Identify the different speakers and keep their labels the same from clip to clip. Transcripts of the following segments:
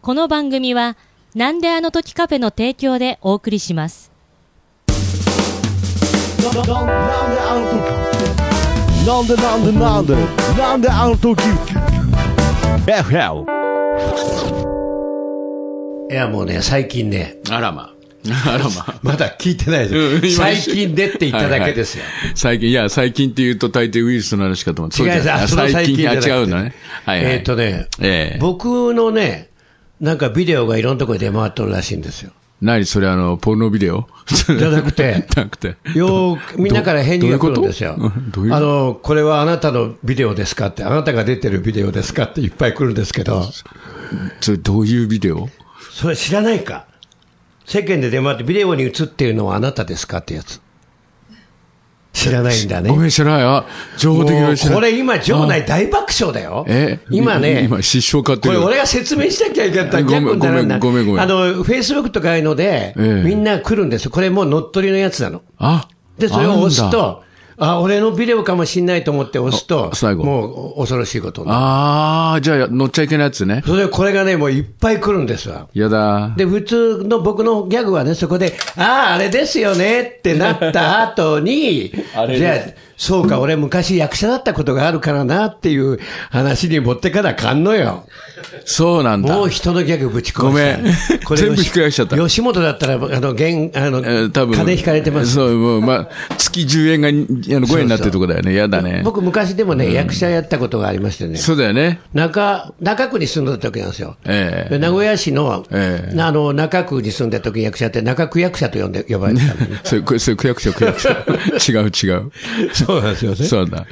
Speaker 1: この番組は、なんであの時カフェの提供でお送りします。
Speaker 2: なんであの時なんでなんでなんでなんであの時 ?FL!
Speaker 3: いや、もうね、最近ね、
Speaker 4: あらま。あらま。
Speaker 3: まだ聞いてない
Speaker 4: うん
Speaker 3: です。
Speaker 4: 今
Speaker 3: 最
Speaker 4: 一瞬
Speaker 3: 近でって言っただけですよ。
Speaker 4: 最近、いや、最近って言うと大抵ウイルスの話かと思って。
Speaker 3: 違います。あその
Speaker 4: 最
Speaker 3: 最近
Speaker 4: 近、
Speaker 3: じ
Speaker 4: あ、
Speaker 3: ゃなくて
Speaker 4: 違うのね。はいはい。
Speaker 3: えっとね、
Speaker 4: ええ
Speaker 3: 僕のね、なんかビデオがいろんなところで出回っとるらしいんですよ。
Speaker 4: 何それ、あの、ポルノビデオ
Speaker 3: じゃなくて
Speaker 4: じゃなくて。
Speaker 3: よーくみんなから返事が来るんですよ。
Speaker 4: どういうことうんどういう
Speaker 3: あの、これはあなたのビデオですかって、あなたが出てるビデオですかっていっぱい来るんですけど、
Speaker 4: それ、どういうビデオ
Speaker 3: それ知らないか。世間で出回ってビデオに映っているのはあなたですかってやつ。知らないんだね。
Speaker 4: ごめん、知らない。あ、情報的
Speaker 3: も
Speaker 4: な
Speaker 3: う
Speaker 4: 知らない。
Speaker 3: これ今、場内大爆笑だよ。
Speaker 4: え
Speaker 3: 今ね、
Speaker 4: 今、失笑買っ
Speaker 3: こ
Speaker 4: てる
Speaker 3: れ
Speaker 4: よ。
Speaker 3: 俺が説明しなきゃいけなかった
Speaker 4: ごめん
Speaker 3: 逆にならない
Speaker 4: ごめんごめんごめん
Speaker 3: あの、フェイスブックとかああいうので、
Speaker 4: ええ
Speaker 3: みんな来るんですよ。これもう乗っ取りのやつなの。
Speaker 4: あ、
Speaker 3: で、それ
Speaker 4: あん
Speaker 3: を
Speaker 4: だ
Speaker 3: 押す。と、あ、俺のビデオかもしんないと思って押すと
Speaker 4: あ、最後
Speaker 3: もう恐ろしいことになる
Speaker 4: ああ、じゃあ、乗っちゃいけないやつね。
Speaker 3: それでこれがね、もういっぱい来るんですわ。
Speaker 4: やだ。
Speaker 3: で、普通の僕のギャグはね、そこで、ああ、あれですよねってなった後 に、じゃあ、そうか、俺昔役者だったことがあるからなっていう話に持ってからかんのよ。
Speaker 4: そうなんだ。
Speaker 3: もう人のギャグぶち込
Speaker 4: ごめん全部ひっくり返しちゃった
Speaker 3: 吉本だったら、あの、現、あの、
Speaker 4: えー多分。
Speaker 3: 金引かれてます。
Speaker 4: そう、もう、まあ、月10円がにあの5円になってるとこだよね。やだね。
Speaker 3: 僕昔でもね、役者やったことがありましてね。
Speaker 4: そうだよね。
Speaker 3: 中、中区に住んでた時なんですよ。
Speaker 4: ええ
Speaker 3: で名古屋市の、
Speaker 4: ええ
Speaker 3: あの、中区に住んでた時役者って中区役者と呼んで、呼ばれてたのね
Speaker 4: それ、これ、それ、区役所、区役所。違う、違う。
Speaker 3: そうなんですよね。
Speaker 4: そうだ。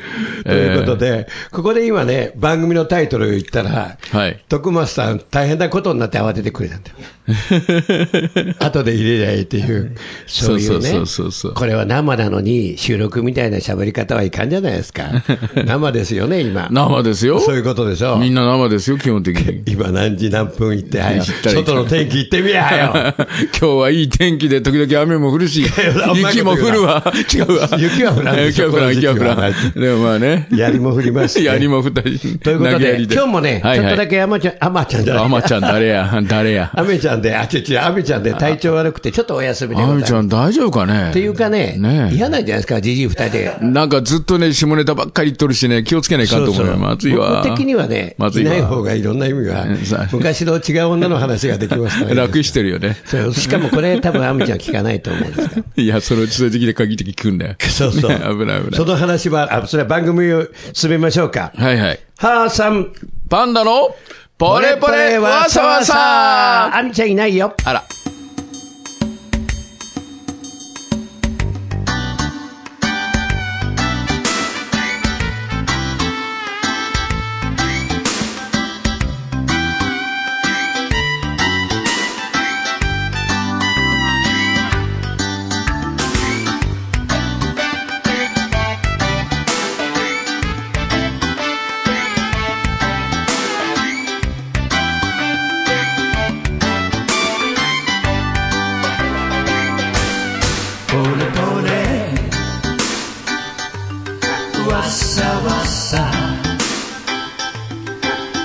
Speaker 3: ということ
Speaker 4: え
Speaker 3: で、ここで今ね、番組のタイトルを言ったら、
Speaker 4: はい
Speaker 3: 徳松さん、大変なことになって慌ててくれたんだよ。 後で入れりゃいいっていう、そういうね、
Speaker 4: そうそうそうそう
Speaker 3: これは生なのに、収録みたいな喋り方はいかんじゃないですか。 生ですよね、今
Speaker 4: ー。生ですよ。
Speaker 3: そういうことでしょう。
Speaker 4: みんな生ですよ、基本的に。
Speaker 3: 今何時何分行って、はよ
Speaker 4: 行ったら行った
Speaker 3: 外の天気行ってみやよ。
Speaker 4: 今日はいい天気で、時々雨も降るし、
Speaker 3: やうまいこと言うな
Speaker 4: 雪も降るわ。違うわ。
Speaker 3: 雪は降らんでし
Speaker 4: 雪
Speaker 3: ょ
Speaker 4: は降らん、雪は降
Speaker 3: この
Speaker 4: ら
Speaker 3: 時
Speaker 4: ん。でもまあね。
Speaker 3: 槍も降りますしね
Speaker 4: 槍も降ったし。
Speaker 3: ということ
Speaker 4: 投げや
Speaker 3: で、
Speaker 4: り
Speaker 3: 今日もね、
Speaker 4: はい
Speaker 3: ちょっとだ
Speaker 4: け。
Speaker 3: け甘ちゃん、甘ちゃんじゃない
Speaker 4: あまちゃん、誰や、誰や。
Speaker 3: アメちゃんで、あ、違う違う、アメちゃんで体調悪くて、ちょっとお休みでござ
Speaker 4: あ
Speaker 3: い
Speaker 4: み
Speaker 3: ます。
Speaker 4: ちゃん大丈夫かね
Speaker 3: っていうかね、
Speaker 4: ねえ
Speaker 3: 嫌なんじゃないですか、じじい二人で。
Speaker 4: なんかずっとね、下ネタばっかり言っとるしね、気をつけないかんと思うよ。まずいわ。
Speaker 3: 僕的にはね、
Speaker 4: まず
Speaker 3: い
Speaker 4: いわ
Speaker 3: ない方がいろんな意味は
Speaker 4: うんさ、
Speaker 3: 昔の違う女の話ができますから、
Speaker 4: 楽してるよね。
Speaker 3: そうしかもこれ、多分アメちゃん聞かないと思うんですが。
Speaker 4: いや、そのうちそういう時で限って聞くんだよ。
Speaker 3: そうそう。
Speaker 4: ね危ない危な
Speaker 3: その話は、あ、それは番組を進めましょうか。
Speaker 4: い。はいはい。
Speaker 3: はーさん、
Speaker 4: パンダの、ポレポレ、わさわさ
Speaker 3: アミちゃんいないよ。
Speaker 4: あら。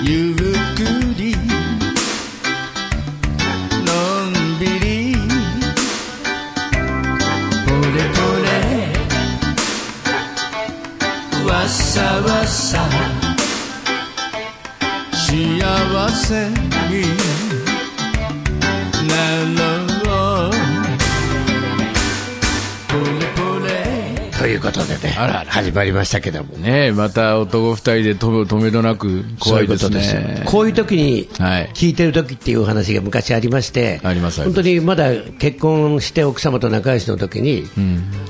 Speaker 5: ゆっくりのんびりポレポレわさわさ幸せになろうポレポレ
Speaker 3: ということでね、始まりましたけども。
Speaker 4: ねえ、また男二人でとめ止めどなく
Speaker 3: そ
Speaker 4: 怖
Speaker 3: ういう
Speaker 4: い
Speaker 3: こ
Speaker 4: で
Speaker 3: と
Speaker 4: す
Speaker 3: ですよ
Speaker 4: ね。
Speaker 3: こういう時に、
Speaker 4: はい
Speaker 3: 聞いてる時っていうお話が昔ありまして、
Speaker 4: ありますあり
Speaker 3: 本
Speaker 4: ます
Speaker 3: 当にまだ結婚して奥様と仲良しの時に、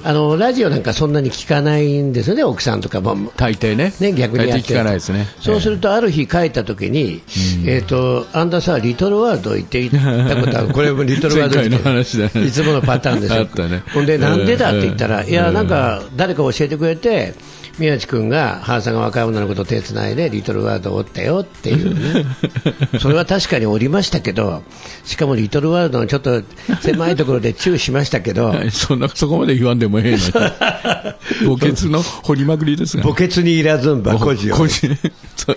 Speaker 3: あのラジオなんかそんなに聞かないんですよね、奥さんとかも。
Speaker 4: 大抵ね。
Speaker 3: ね、逆にや
Speaker 4: 大
Speaker 3: っ
Speaker 4: 抵
Speaker 3: て
Speaker 4: 聞かないですね。
Speaker 3: そうすると、ある日帰った時に、えっ、と、あんたさ、リトルワールド行って行ったことある、これもリトルワールド
Speaker 4: 前回の話だね
Speaker 3: いつものパターンですよ。
Speaker 4: あったね
Speaker 3: ほんで、なんでだって言ったら、いや、なんか、誰か教えてくれて、宮地君が原さんが若い女の子と手つないでリトルワードを折ったよって いうねそれは確かに折りましたけどしかもリトルワードのちょっと狭いところでチューしましたけど
Speaker 4: そんな、そこまで言わんでもええのに。墓穴の掘りまくりですが。
Speaker 3: 墓穴にいらずんばこじよ
Speaker 4: こじ、そう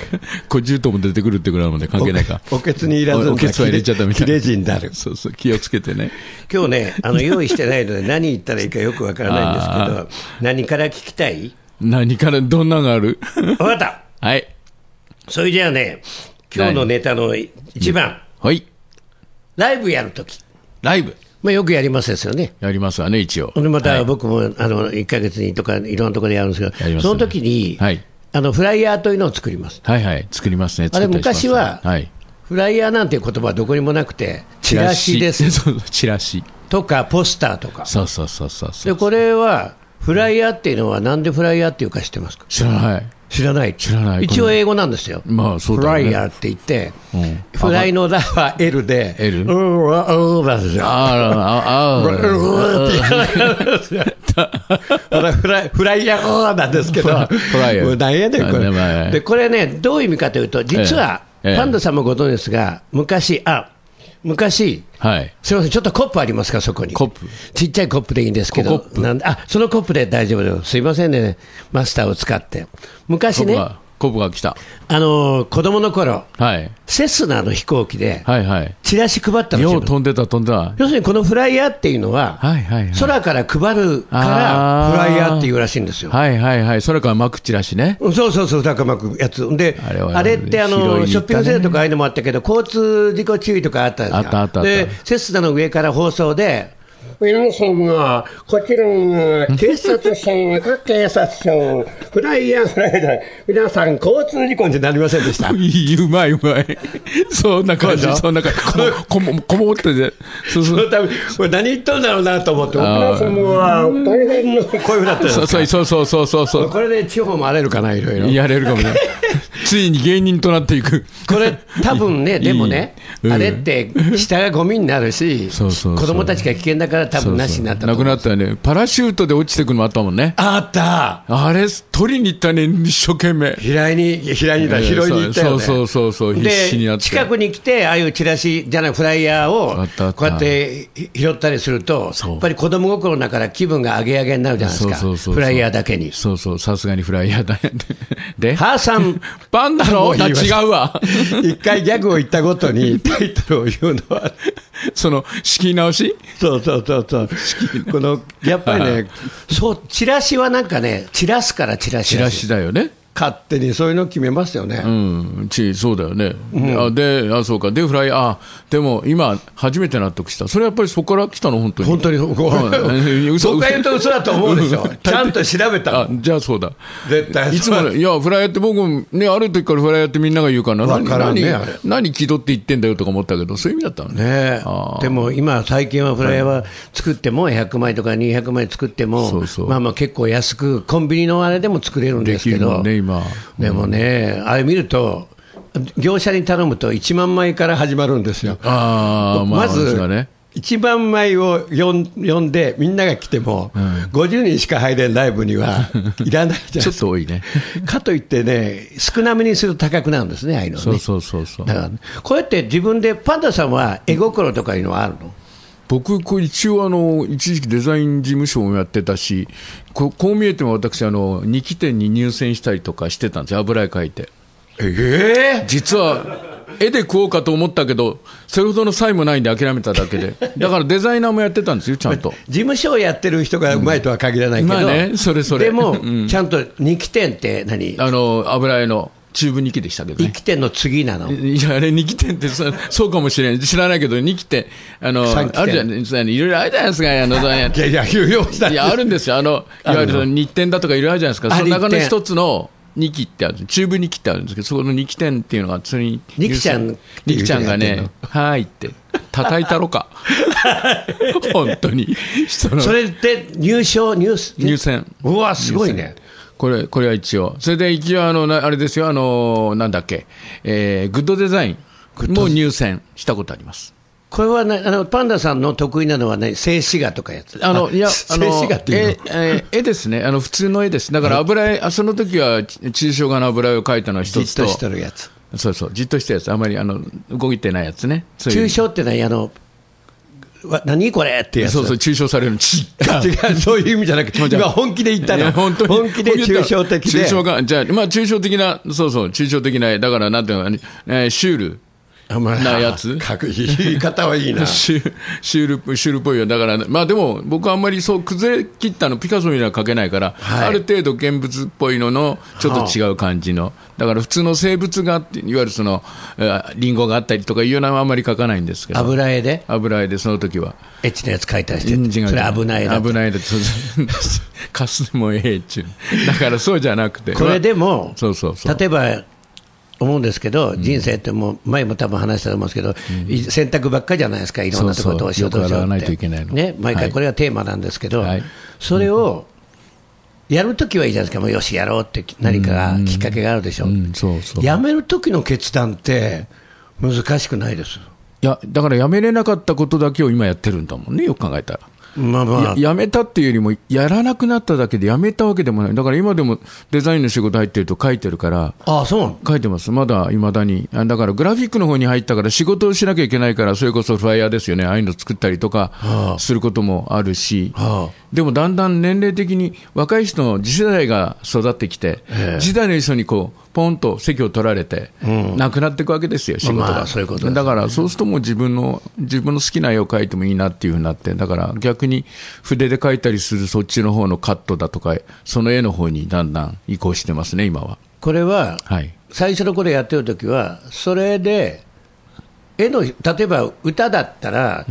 Speaker 4: こじゅうとも出てくるってぐらいまで関係ないか。
Speaker 3: おけおけつにいらず
Speaker 4: おおけつは入れちゃったみたいな。
Speaker 3: 切れ字になる
Speaker 4: そうそう、気をつけてね。
Speaker 3: 今日ねあの用意してないので 何言ったらいいかよくわからないんですけど何から聞きたい
Speaker 4: 何から、どんなのがある
Speaker 3: 分 かった
Speaker 4: はい。
Speaker 3: それじゃあね今日のネタの一番
Speaker 4: はい。
Speaker 3: ライブやるとき、
Speaker 4: ライブ。
Speaker 3: まあ、よくやりますですよね
Speaker 4: やりますわね、一応。
Speaker 3: でまた僕も、あの1か月にとか、いろんなところでやるんですけ
Speaker 4: や
Speaker 3: ど、
Speaker 4: りますね
Speaker 3: その時に、
Speaker 4: はい
Speaker 3: あのフライヤーというのを作ります。
Speaker 4: はいはい。作りますね。
Speaker 3: あれ
Speaker 4: 作ったりし
Speaker 3: 昔は
Speaker 4: ますねはい。
Speaker 3: フライヤーなんていう言葉はどこにもなくて、チラシです
Speaker 4: そうそうチラシ。
Speaker 3: とか、ポスターとか、
Speaker 4: そうそうそうそうそ
Speaker 3: で
Speaker 4: う。
Speaker 3: これはフライヤーっていうのは、なんでフライヤーっていうか知ってますか
Speaker 4: 知らない。
Speaker 3: 知らない、
Speaker 4: 知らない
Speaker 3: 一応英語なんですよ、
Speaker 4: まあそう
Speaker 3: フ
Speaker 4: だよ
Speaker 3: ラ
Speaker 4: ね
Speaker 3: イヤーって言って、
Speaker 4: ん
Speaker 3: フライのラは L で、
Speaker 4: L
Speaker 3: うーなんですよ。
Speaker 4: ああ、あ
Speaker 3: ブル
Speaker 4: あ、
Speaker 3: ーって言わないですよあれフライフライヤーなんですけど、
Speaker 4: フライヤー
Speaker 3: もう何やねん、こ
Speaker 4: まあねまあ
Speaker 3: れ。
Speaker 4: ね
Speaker 3: で、これね、どういう意味かというと、実は、
Speaker 4: ええええ
Speaker 3: パンダさんもご存知ですが、昔、あ、昔、
Speaker 4: はい。
Speaker 3: すみません、ちょっとコップありますか、そこに。
Speaker 4: コップ
Speaker 3: ちっちゃいコップでいいんですけど
Speaker 4: ココッ、プ
Speaker 3: なんであ、そのコップで大丈夫です。すいませんね、マスターを使って。
Speaker 4: コ
Speaker 3: 昔
Speaker 4: ブ
Speaker 3: ね、
Speaker 4: が、コブが来た。
Speaker 3: あの、子供の頃、
Speaker 4: はい。
Speaker 3: セスナの飛行機で、
Speaker 4: はいはい。
Speaker 3: チラシ配ったんです
Speaker 4: よ
Speaker 3: よ
Speaker 4: う。飛んでた、飛んでた。
Speaker 3: 要するにこのフライヤーっていうのは、
Speaker 4: はいはいはい
Speaker 3: 空から配るから
Speaker 4: あー
Speaker 3: フライヤーっていうらしいんですよ。
Speaker 4: はいはいはい。それからマクチラシね。
Speaker 3: そうそうそう、高巻くやつ。で、あ
Speaker 4: あ
Speaker 3: れ
Speaker 4: れは
Speaker 3: ってあ
Speaker 4: 拾いに行っ
Speaker 3: の、
Speaker 4: たね
Speaker 3: ショッピングセンターとかああいうのもあったけど、交通事故注意とかあったじゃん
Speaker 4: あったあったあった
Speaker 3: で、セスナの上から放送で、皆さんは、こちらが警察署、各警察署、フライヤー、フライヤー、皆さん交通事故になりませんでした。
Speaker 4: いいうまいうまい。 そんな感
Speaker 3: そう
Speaker 4: じ、
Speaker 3: でしょ
Speaker 4: そんな感じ。こも、こもこもってて。そ
Speaker 3: そ
Speaker 4: うそう。
Speaker 3: のため、これ何言っとんだろうなと思って、
Speaker 4: あー
Speaker 3: 皆さんは大変な、こういうふうになってるんですよ
Speaker 4: そうそうそうそうそうそう。
Speaker 3: これで地方も荒れるかな、いろいろ。
Speaker 4: やれる かもね。ついに芸人となっていく。
Speaker 3: これ、多分ね、
Speaker 4: いい
Speaker 3: でもね、
Speaker 4: うん
Speaker 3: あれって下がゴミになるし、
Speaker 4: そうそうそう
Speaker 3: 子供たちが危険だから、多分なしになったと
Speaker 4: な
Speaker 3: 思
Speaker 4: く
Speaker 3: う
Speaker 4: なったよね。パラシュートで落ちてくのもあったもんね。
Speaker 3: あった、
Speaker 4: あれ、取りに行ったね、一生懸命。
Speaker 3: 平井に、平井にだ、
Speaker 4: ええ
Speaker 3: 拾いに行ったよ、ね、
Speaker 4: そうそうそうそう必死にやって
Speaker 3: で、近くに来て、ああいうチラシじゃない、フライヤー
Speaker 4: あ
Speaker 3: を
Speaker 4: ったあった
Speaker 3: こうやって拾ったりすると、
Speaker 4: そう
Speaker 3: やっぱり子供心だから気分が上げ上げになるじゃないですか、
Speaker 4: そうそうそうそう
Speaker 3: フライヤーだけに。
Speaker 4: そうそう、さすがにフライヤーだ ね。で、
Speaker 3: ハーさ ん
Speaker 4: パンダ
Speaker 3: も
Speaker 4: の
Speaker 3: う言いまし
Speaker 4: 違
Speaker 3: た
Speaker 4: うわ。
Speaker 3: 一回ギャグを言ったごと にタイトルを言うのは、
Speaker 4: その、仕切り直し
Speaker 3: そうそうそうそう、このやっぱりね、そう、チラシはなんかね、散らすからチラシ
Speaker 4: チ
Speaker 3: だ
Speaker 4: ラ
Speaker 3: し
Speaker 4: シだよね。
Speaker 3: 勝手にそういうの決めますよね、
Speaker 4: うん、ち、そうだよね。あで、あ、そうか。で、フライヤー、あ、でも、今、初めて納得した。それやっぱりそこから来たの、本当に。
Speaker 3: 本当に、
Speaker 4: うん嘘
Speaker 3: 僕が言うと嘘だと思うでし ょ、ちゃんと調べた
Speaker 4: あ
Speaker 3: の、
Speaker 4: じゃあそうだ。
Speaker 3: 絶対
Speaker 4: いつも、いや、フライヤーって僕もね、ある時からフライヤーってみんなが言うから、
Speaker 3: わ
Speaker 4: 何、
Speaker 3: からんねあれ
Speaker 4: 何、何気取って言ってんだよとか思ったけど、そういう意味だったのね。
Speaker 3: ねえ
Speaker 4: あー
Speaker 3: でも今、最近はフライヤーは作っても100枚とか200枚作っても、
Speaker 4: そうそう
Speaker 3: まあまあ結構安く、コンビニのあれでも作れるんですけ
Speaker 4: できる
Speaker 3: ど、
Speaker 4: もんね今
Speaker 3: でもね、あれ見ると、業者に頼むと1万枚から始まるんですよ。
Speaker 4: ああ、まあ、
Speaker 3: ま
Speaker 4: そう
Speaker 3: ず
Speaker 4: だね。
Speaker 2: 一番前を呼ん呼んで、みんなが来ても、50人しか入れんライブにはいらないじゃ
Speaker 4: ちょっと多いね。
Speaker 2: ん。かといってね、
Speaker 3: 少なめにすると高くなるんですね、ああいうのね。
Speaker 4: そうそうそうそう
Speaker 3: だ。から、こうやって自分で、パンダさんは絵心とかいうのはあるの
Speaker 4: 僕、こう一応あの、一時期デザイン事務所もやってたし、ここう見えても私、あの、2期店に入選したりとかしてたんですよ、油絵描いて。
Speaker 3: え
Speaker 4: 実は、絵で食おうかと思ったけど、それほどの才もないんで諦めただけで。だからデザイナーもやってたんですよ、ちゃんと。
Speaker 3: 事務所をやってる人がうまいとは限らないけど、
Speaker 4: まあねそれそれ
Speaker 3: でも、
Speaker 4: うん
Speaker 3: ちゃんと2期店って何、
Speaker 4: あの、油絵のチューブ2期でしたけど
Speaker 3: 一
Speaker 4: ね。
Speaker 3: 期店の次なの、
Speaker 4: いや、あれ、二期店ってそ、そうかもしれん。知らないけど、二期店、あの、
Speaker 3: 三期店
Speaker 4: あるじゃないですか。いろいろあるじゃないですか、あの、
Speaker 2: いやいや、有用した
Speaker 4: いや、あるんですよ。あの、いわゆるその日展だとかいろいろあるじゃないですか。その中の一つの2期ってある、中部2期ってあるんですけど、そこの2期展っていうのが、それに。
Speaker 3: 二期ちゃん
Speaker 4: 二期ちゃんが
Speaker 3: 二期ちゃんがや
Speaker 4: ね、はーいって、叩いたろか。 本当に。その
Speaker 3: それで入賞、入
Speaker 4: 入選。
Speaker 3: うわ、すごいね、
Speaker 4: これ、これは一応。それで一応、あの、なあれですよ、あの、なんだっけ、えーグッドデザインも入選したことあります。
Speaker 3: これはね、あのパンダさんの得意なのはね、静止画とかやつ。
Speaker 4: あの、いや、あ
Speaker 3: 静
Speaker 4: の
Speaker 3: 止、画っていう
Speaker 4: 絵
Speaker 3: の。、
Speaker 4: えー絵ですね。あの、普通の絵です。だから油絵、あその時は、ち抽象画の油絵を描いたのは
Speaker 3: じ
Speaker 4: 一
Speaker 3: っ
Speaker 4: つと。
Speaker 3: としてるやつ。
Speaker 4: そうそう、じっとしたやつ。あまり、あの、動いてないやつね。そういう
Speaker 3: 抽象ってのは、あの、わ何これってやつ。
Speaker 4: そうそう、抽象されるの。ちっが
Speaker 3: 違う、そういう意味じゃなくて、今本気で言った
Speaker 4: いや
Speaker 3: の。
Speaker 4: 本当に
Speaker 3: 本気で抽象的で
Speaker 4: 抽。象が、じゃあ、まあ、抽象的な、そうそう、抽象的な、だから、なんていうの、えーシュール。
Speaker 3: あまあ
Speaker 4: なやつ
Speaker 3: かっこいい言い方はいいな。
Speaker 4: シュシュール、シュールっぽいよ。だから、まあでも、僕はあんまりそう、崩れ切ったの、ピカソには描けないから、
Speaker 3: はい
Speaker 4: ある程度現物っぽいのの、ちょっと違う感じの。だから、普通の生物画って、いわゆるその、えーリンゴがあったりとかいうのはあんまり描かないんですけど。
Speaker 3: 油絵で、
Speaker 4: 油絵で、その時は。
Speaker 3: エッチなやつ描いたりし
Speaker 4: うん違
Speaker 3: て、
Speaker 4: う
Speaker 3: それ危ないだと
Speaker 4: 危ないだとそうそうかすもええっちゅう。だから、そうじゃなくて。
Speaker 3: これでも、
Speaker 4: そうそうそう
Speaker 3: 例えば、思うんですけど、人生ってもう、前も多分話したと思うんですけど、い選択ばっかりじゃないですか、いろんなところ
Speaker 4: そ
Speaker 3: ど
Speaker 4: う
Speaker 3: う
Speaker 4: そう
Speaker 3: しようどうしよ
Speaker 4: よく洗わ
Speaker 3: う
Speaker 4: な
Speaker 3: っ
Speaker 4: いと
Speaker 3: て。
Speaker 4: いけないの
Speaker 3: ね、毎
Speaker 4: は
Speaker 3: 回
Speaker 4: い
Speaker 3: これがテーマなんですけど
Speaker 4: はい、
Speaker 3: それを、やるときはいいじゃないですか、もうよし、やろうって何かがきっかけがあるでしょ
Speaker 4: うん、そうそう。
Speaker 3: やめるときの決断って、難しくないです。
Speaker 4: いや、だからやめれなかったことだけを今やってるんだもんね、よく考えたら。
Speaker 3: まあまあ
Speaker 4: や、やめたっていうよりも、やらなくなっただけでやめたわけでもない。だから今でもデザインの仕事入ってると書いてるから、
Speaker 3: ああ、そうなの
Speaker 4: 書いてます。まだ未だに。あだからグラフィックの方に入ったから仕事をしなきゃいけないから、それこそフライヤーですよね。ああいうの作ったりとか
Speaker 3: あ
Speaker 4: することもあるし。
Speaker 3: あ
Speaker 4: でもだんだん年齢的に若い人の次世代が育ってきて、次世代の人にこう、ポンと席を取られて、なくなっていくわけですよ、仕事が。
Speaker 3: まあそういうことです
Speaker 4: だから、そうするともう自分の、自分の好きな絵を描いてもいいなっていうふうになって、だから逆に筆で描いたりするそっちの方のカットだとか、その絵の方にだんだん移行してますね、今は。
Speaker 3: これは、
Speaker 4: はい。
Speaker 3: 最初の頃やってる時は、それで、絵の例えば歌だったら、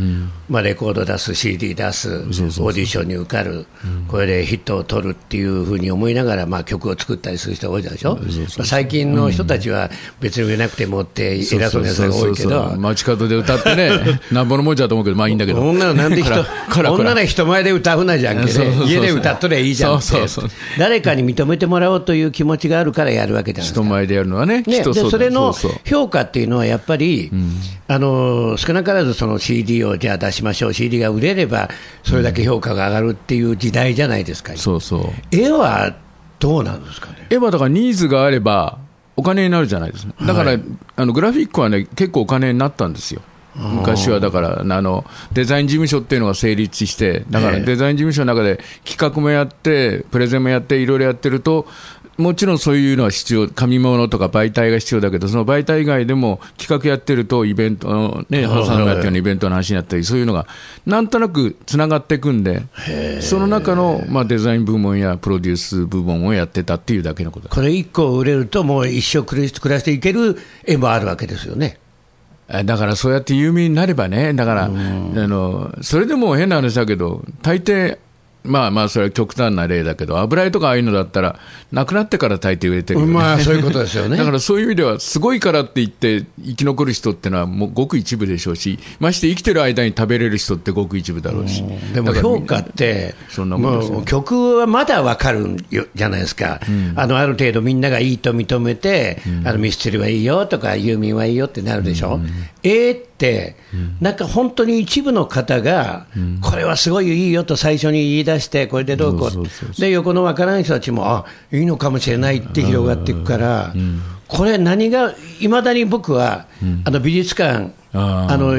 Speaker 3: まあ、レコード出す、CD 出す、オーディションに受かる、これでヒットを取るっていうふうに思いながら、まあ、曲を作ったりする人が多いでしょ、まあ最近の人たちは別に売れなくてもって、偉そうなやつが多いけ
Speaker 4: そうそう
Speaker 3: ど
Speaker 4: そう、街角で歌って ね、なんぼのもんじゃと思うけど、まあいいんだけど。
Speaker 3: 女のなんで人
Speaker 4: こらこらこら
Speaker 3: 女の人前で歌うなじゃんけ
Speaker 4: そうそう
Speaker 3: ね
Speaker 4: そう
Speaker 3: 家で歌っとりゃいいじゃんって
Speaker 4: そうそうそう
Speaker 3: 誰かに認めてもらおうという気持ちがあるからやるわけじゃないです
Speaker 4: 人
Speaker 3: か。
Speaker 4: 前でやるのはね、
Speaker 3: ね、
Speaker 4: 人
Speaker 3: で
Speaker 4: う
Speaker 3: それの
Speaker 4: そうそう
Speaker 3: 評価っていうのは、やっぱり、あの少なからずその CD をじゃあ出しましょう、CD が売れれば、それだけ評価が上がるっていう時代じゃないですか、
Speaker 4: そうそう。
Speaker 3: 絵はどうなんですかね、
Speaker 4: エヴァだからニーズがあれば、お金になるじゃないですか。だから、あのグラフィックはね、結構お金になったんですよ。昔はだからあの、デザイン事務所っていうのが成立して、だからデザイン事務所の中で企画もやって、プレゼンもやって、いろいろやってると、もちろんそういうのは必要、紙物とか媒体が必要だけど、その媒体以外でも企画やってると、イベント、あのね、原さんがやったようなイベントの話になったり、そういうのがなんとなくつながっていくんで、その中の、まあ、デザイン部門やプロデュース部門をやってたっていうだけのことだ
Speaker 3: これ1個売れると、もう一生暮らし暮らしていける絵もあるわけですよね。
Speaker 4: あだからそうやって有名になればね、だから、あのそれでも変な話だけど、大抵、まあまあ、それは極端な例だけど、油絵とかああいうのだったら、なくなってから大抵売れてるよね
Speaker 3: まあ、そういうことですよね。
Speaker 4: だからそういう意味では、すごいからって言って、生き残る人ってのは、もうごく一部でしょうし、まして生きてる間に食べれる人ってごく一部だろうし、
Speaker 3: でも
Speaker 4: だから
Speaker 3: 評価って、
Speaker 4: そんなもんですよ
Speaker 3: もう曲はまだわかるよじゃないですか、あのある程度みんながいいと認めて、あのミスチルはいいよとか、ユーミンはいいよってなるでしょ、えーって、なんか本当に一部の方が、これはすごいいいよと最初に言い出して、これでどうこ
Speaker 4: そうそうそう
Speaker 3: う、で横のわからない人たちも、あいいのかもしれないって広がっていくから、これ、何が、いまだに僕は、あの美術館、
Speaker 4: あー
Speaker 3: あの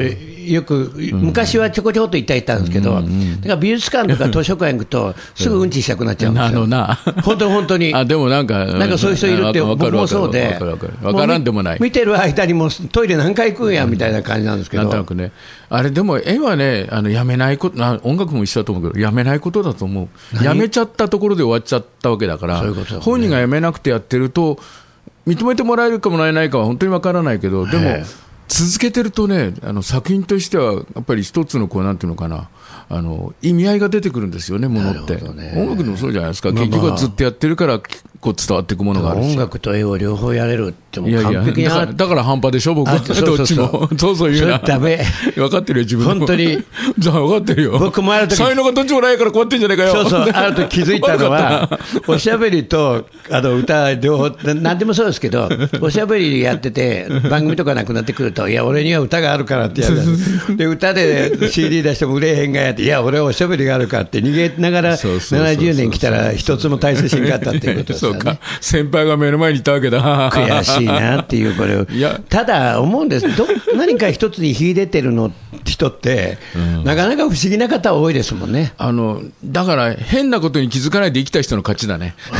Speaker 3: よく昔はちょこちょこっと行ったり行ったんですけど、だから美術館とか図書館行く と、すぐうんちしたくなっちゃうんで
Speaker 4: あ
Speaker 3: すよ。
Speaker 4: のな、
Speaker 3: 本当に本当に
Speaker 4: あでもなんか、
Speaker 3: なんかそういう人いるって、
Speaker 4: わか
Speaker 3: 僕
Speaker 4: るわ
Speaker 3: も
Speaker 4: かる
Speaker 3: そうで
Speaker 4: わかるわかる、わからんでもな
Speaker 3: う
Speaker 4: い
Speaker 3: 見。てる間にもうトイレ何回行くんやみたいな感じなんですけ
Speaker 4: な
Speaker 3: ど、
Speaker 4: んとなくね、あれでも絵はね、あのやめないこと、あ音楽も一緒だと思うけど、やめないことだと思う、やめちゃったところで終わっちゃったわけだから、
Speaker 3: そういうことだもんね
Speaker 4: 本人がやめなくてやってると、認めてもらえるかもらえないかは本当にわからないけど、でも
Speaker 3: ええ、
Speaker 4: 続けてるとね、あの作品としては、やっぱり一つのこう、なんていうのかな、あの意味合いが出てくるんですよね、ものって、音楽でもそうじゃないですか、結局はずっとやってるから、こう伝わっていくものがあるし
Speaker 3: 音、楽と絵を両方やれるっても
Speaker 4: いうやいや、
Speaker 3: 完
Speaker 4: だ
Speaker 3: 璧
Speaker 4: か
Speaker 3: な
Speaker 4: らだから半端でしょ、僕、
Speaker 3: あそうそうそう
Speaker 4: どっちも、 そうそう言うな、
Speaker 3: それダメ
Speaker 4: 分かってるよ、自分でも
Speaker 3: 本当に、
Speaker 4: じゃあ分かってるよ、
Speaker 3: 僕もある時
Speaker 4: 才能がどっちもないから、こうやってんじゃないかよ、
Speaker 3: そうそう、あると気づいたの
Speaker 4: 悪
Speaker 3: は
Speaker 4: かっ、
Speaker 3: おしゃべりとあの歌、両方、ななんでもそうですけど、おしゃべりやってて、番組とかなくなってくると、いや、俺には歌があるからってやるで、歌で CD 出しても売れへんがやって、いや、俺はおしゃべりがあるからって、逃げながら
Speaker 4: そうそうそうそう
Speaker 3: 70年来たら、一つも大切になかったっていうことです
Speaker 4: そ
Speaker 3: よ
Speaker 4: う
Speaker 3: ね
Speaker 4: か。、先輩が目の前にいたわけだ、
Speaker 3: 悔しいなっていう、これを
Speaker 4: いや、
Speaker 3: ただ思うんです、ど何か一つに秀でてるの人って、なかなか不思議な方多いですもんね。
Speaker 4: あのだから変なことに気づかないで生きた人の勝ちだね、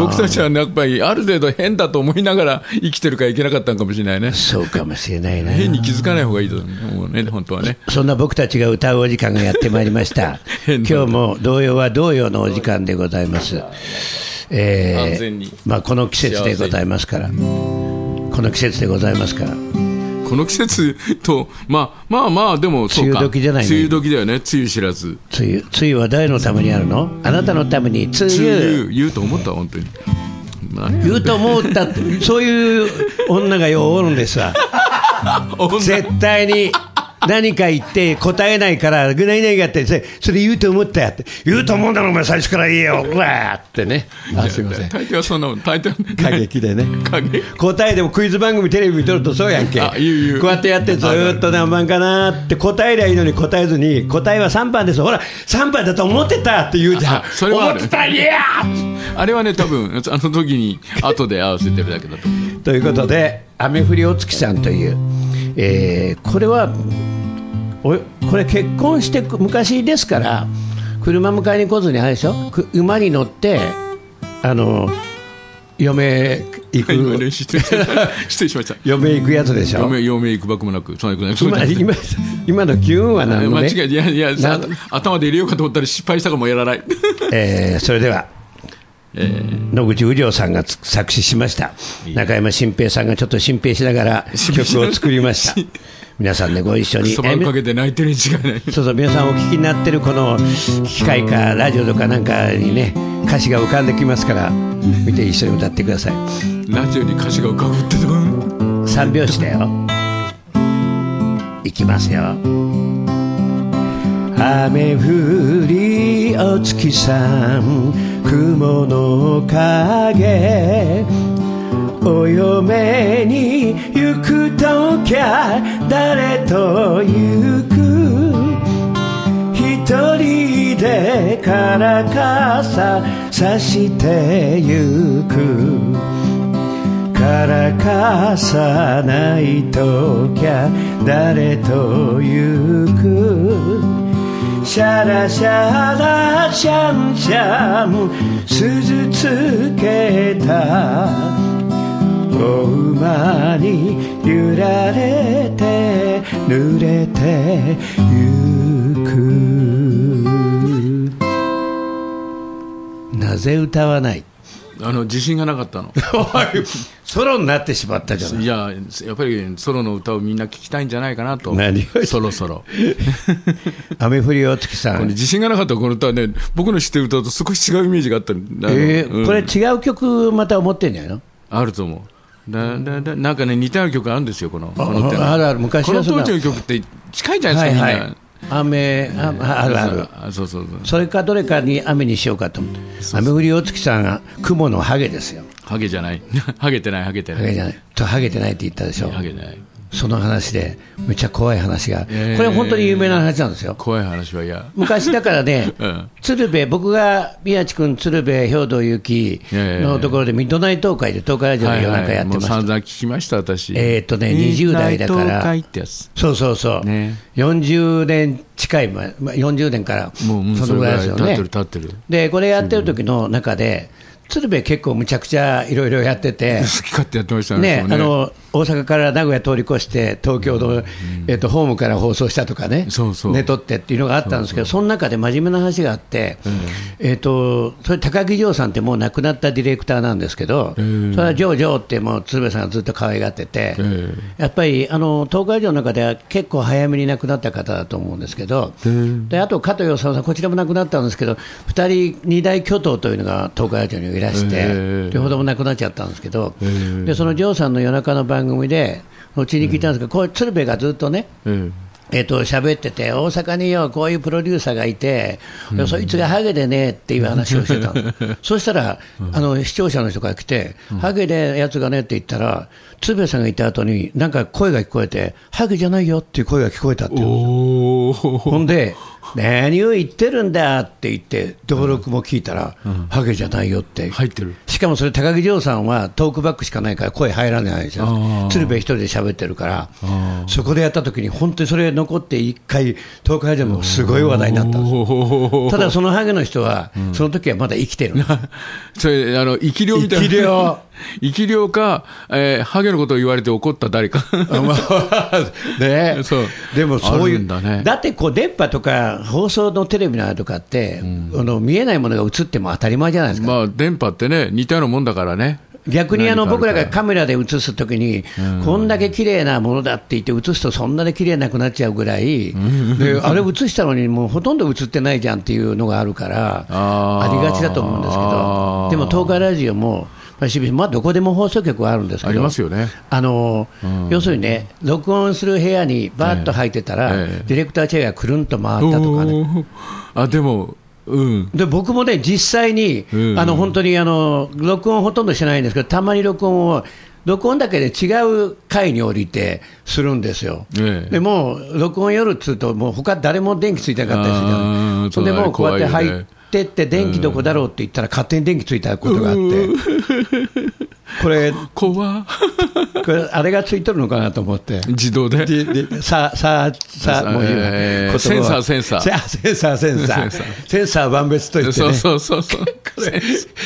Speaker 4: 僕たちはやっぱりある程度変だと思いながら生きてるからいけなかったのかもしれないね、
Speaker 3: そうかもしれないな。
Speaker 4: 変に気づかない方がいいと思うね、本当はね。
Speaker 3: そんな僕たちが歌うお時間がやってまいり ました。
Speaker 4: 変な
Speaker 3: 今日も童謡は童謡のお時間でございます。えー
Speaker 4: 安全に
Speaker 3: まあ、この季節でございますから。この季節でございますから。
Speaker 4: この季節と、まあまあまあ、でもそうか、
Speaker 3: 梅雨時じゃないね
Speaker 4: 梅雨時だよね、梅雨知らず、
Speaker 3: 梅雨、梅雨は誰のためにあるのあなたのために、梅
Speaker 4: 梅
Speaker 3: 雨。
Speaker 4: 雨、言うと思った、本当に。何
Speaker 3: 言うと思った って、そういう女がようおるんですわ。絶対に。何か言って答えないから、ぐないないがって、それそれ言うと思ったやって、言うと思うんだろ、お前、最初から言えよ、おらって ね。
Speaker 2: あすいません、
Speaker 4: 大抵はそんなもん、大抵は
Speaker 2: 過激でね、
Speaker 4: 影
Speaker 3: 答えでもクイズ番組テレビ見とるとそうやんけ
Speaker 4: あ言う言う
Speaker 3: こうやってやってずーっと何番かなーって答えりゃいいのに答えずに答えは3番ですほら3番だと思ってたって言うじゃん
Speaker 4: あそれはあ
Speaker 3: 思
Speaker 4: る
Speaker 3: ってたいやー
Speaker 4: あれはね、多分あの時に後で合わせてるだけだと思う。
Speaker 3: ということで雨降りお月さんという、えーこれはおこれ結婚してく昔ですから車迎えに来ずにあれでしょく馬に乗ってあの嫁行
Speaker 4: はいごめんね
Speaker 3: く
Speaker 4: 失礼しました。失礼しました。
Speaker 3: 嫁行くやつでしょ
Speaker 4: 嫁、嫁行くばくもなく、そんな行くない。そうじゃ
Speaker 3: 今
Speaker 4: ない
Speaker 3: 今今の機運は何の
Speaker 4: 間
Speaker 3: ね
Speaker 4: 違い、いやいや、
Speaker 3: な
Speaker 4: さ頭で入れようかと思ったら失敗したかもやらない。
Speaker 3: えーそれでは
Speaker 4: えー
Speaker 3: 野口雨情さんがつ作詞しました中山新平さんがちょっと心配しながら曲を作りました皆さんでご一緒に
Speaker 4: そばを
Speaker 3: え
Speaker 4: かけて泣いてるに違いない。
Speaker 3: そうそう皆さんお聞きになってるこの機械かラジオとかなんかにね歌詞が浮かんできますから見て一緒に歌ってください
Speaker 4: ラジオに歌詞が浮かぶってどう
Speaker 3: 三拍子だよいきますよ雨降りお月さん雲の影お嫁に行くときゃ誰と行く一人でからかささしてゆくからかさないときゃ誰と行くシャラシャラシャンシャン鈴つけたお馬に揺られて濡れてゆくなぜ歌わない
Speaker 4: あの、自信がなかったの。
Speaker 3: ソロになってしまったじゃない
Speaker 4: いや、やっぱりソロの歌をみんな聞きたいんじゃないかなと。
Speaker 3: 何を
Speaker 4: そろそろ。
Speaker 3: 雨降りお月さ
Speaker 4: これ
Speaker 3: ん。
Speaker 4: 自信がなかったこの歌はね、僕の知ってる歌と少し違うイメージがあったのあの
Speaker 3: え
Speaker 4: う
Speaker 3: ー、
Speaker 4: ん
Speaker 3: これ違う曲また思ってんじゃないの
Speaker 4: あると思う。だだだなんかね、似たような曲あるんですよ、この。この手の
Speaker 3: ああるある昔
Speaker 4: こ
Speaker 3: は
Speaker 4: の
Speaker 3: そん
Speaker 4: 当
Speaker 3: な
Speaker 4: 時の曲って近いじゃな
Speaker 3: はいい
Speaker 4: ですか、
Speaker 3: は
Speaker 4: みん
Speaker 3: い
Speaker 4: な。。
Speaker 3: 雨、あああるある。
Speaker 4: あそうそうそう。
Speaker 3: それかどれかに雨にしようかと思って。雨降りお月さんが雲のハゲですよ。
Speaker 4: ハゲじゃない。 ハゲてない、ハゲてな
Speaker 3: ハゲ
Speaker 4: い。
Speaker 3: じゃない。とハゲてないって言ったでしょ。
Speaker 4: ハゲてない。
Speaker 3: その話で、めっちゃ怖い話が。こ
Speaker 4: えー
Speaker 3: れ本当に有名な話なんです よ。
Speaker 4: 怖い話は嫌。
Speaker 3: 昔だからね
Speaker 4: うん、
Speaker 3: 鶴瓶、僕が宮地君、鶴瓶、兵藤由紀のところで、ミッドナイト東海で東海ラジオの夜中やって
Speaker 4: も
Speaker 3: ま
Speaker 4: う
Speaker 3: した
Speaker 4: 散。々聞きました、私。
Speaker 3: えーっとね20代だから
Speaker 4: 東海ってやつ。
Speaker 3: そうそうそう、
Speaker 4: ね
Speaker 3: 40年近い前、まあ、40年から、
Speaker 4: もう、もうそ
Speaker 3: その
Speaker 4: れ
Speaker 3: ぐら
Speaker 4: ぐ
Speaker 3: い
Speaker 4: ら
Speaker 3: ですよね
Speaker 4: い経ってる、。経ってる。
Speaker 3: で、これやってる時の中で、鶴瓶、結構むちゃくちゃいろいろやってて
Speaker 4: 好、き勝手やってました
Speaker 3: ね
Speaker 4: ね。そう
Speaker 3: あの大阪から名古屋通り越して、東京の、えっとホームから放送したとかね、
Speaker 4: そうそう
Speaker 3: 寝取ってっていうのがあったんですけど、その中で真面目な話があって、えっとそれ高木城さんってもう亡くなったディレクターなんですけど、それはジョージョーって、もう鶴瓶さんがずっと可愛がってて、やっぱりあの東海城の中では結構早めに亡くなった方だと思うんですけど、であと加藤洋三さん、こちらも亡くなったんですけど、2人、二大巨頭というのが東海城にいらして、両方とも亡くなっちゃったんですけど、でそのジョーさんの夜中の番組で、うちに聞いたんですけど、こう鶴瓶がずっとね、
Speaker 4: え
Speaker 3: えっと喋ってて、大阪によ、こういうプロデューサーがいて、でそいつがハゲでねっていう話をしてたの、 そしたらあの視聴者の人が来て、ハゲでやつがねって言ったら、鶴瓶さんがいた後に、なんか声が聞こえて、ハゲじゃないよっていう声が聞こえたっていう
Speaker 4: えおー
Speaker 3: ほんで、何を言ってるんだって言って、登録も聞いたら、ハゲじゃないよって、
Speaker 4: 入ってる
Speaker 3: しかもそれ、高木城さんはトークバックしかないから、声入らないですよ
Speaker 4: あー、
Speaker 3: 鶴瓶一人で喋ってるから、そこでやった時に、本当にそれ残って、一回、トーク配信もすごい話題になったんです。
Speaker 4: おー
Speaker 3: ただそのハゲの人は、その時はまだ生き てる、
Speaker 4: それあの生き量みたいな
Speaker 3: 生き量
Speaker 4: 生き量か、えーハゲのことを言われて怒った誰か
Speaker 3: ね
Speaker 4: そう
Speaker 3: でもそうい
Speaker 4: ある
Speaker 3: うん
Speaker 4: だね
Speaker 3: ってこう電波とか放送のテレビのあれとかって、あの見えないものが映っても当たり前じゃないですか
Speaker 4: まあ電波ってね似たようなもんだからね
Speaker 3: 逆にあの
Speaker 4: 何かある
Speaker 3: 僕
Speaker 4: から
Speaker 3: らがカメラで映すときに、こんだけ綺麗なものだって言って映すと、そんなに綺麗なくなっちゃうぐらい、であれ映したのに、もうほとんど映ってないじゃんっていうのがあるから、
Speaker 4: あ
Speaker 3: あ
Speaker 4: ー
Speaker 3: りがちだと思うんですけ
Speaker 4: あ
Speaker 3: ど
Speaker 4: ー、
Speaker 3: でも東海ラジオも、まあ、CBC まあどこでも放送局はあるんですけど、
Speaker 4: ありますよね
Speaker 3: あの要するにね、録音する部屋にバーッと入ってたら、
Speaker 4: ええ
Speaker 3: ディレクターチェアがくるんと回ったとかね。
Speaker 4: おーあでもうん
Speaker 3: で僕もね、実際に、
Speaker 4: うん
Speaker 3: あの本当にあの録音ほとんどしないんですけど、たまに録音を、録音だけで違う階に降りてするんですよ。
Speaker 4: ええ
Speaker 3: でもう録音夜っつうと、もう他誰も電気ついてなかったりするじゃ
Speaker 4: あ
Speaker 3: な
Speaker 4: ー
Speaker 3: いそんでもうこうやって
Speaker 4: 怖いよ
Speaker 3: 入
Speaker 4: ね
Speaker 3: ってって、電気どこだろうって言ったら、勝手に電気ついたことがあって、 これ、こ
Speaker 4: 怖 っ
Speaker 3: れあれがついてるのかなと思って。
Speaker 4: 自動で
Speaker 3: ででさささ
Speaker 4: さ
Speaker 3: もう言うな
Speaker 4: えー
Speaker 3: 言葉は
Speaker 4: センサーセンサー
Speaker 3: せあセンサーセンサー
Speaker 4: センサ
Speaker 3: センサーは万別と言って
Speaker 4: そう
Speaker 3: ね
Speaker 4: そうそうそう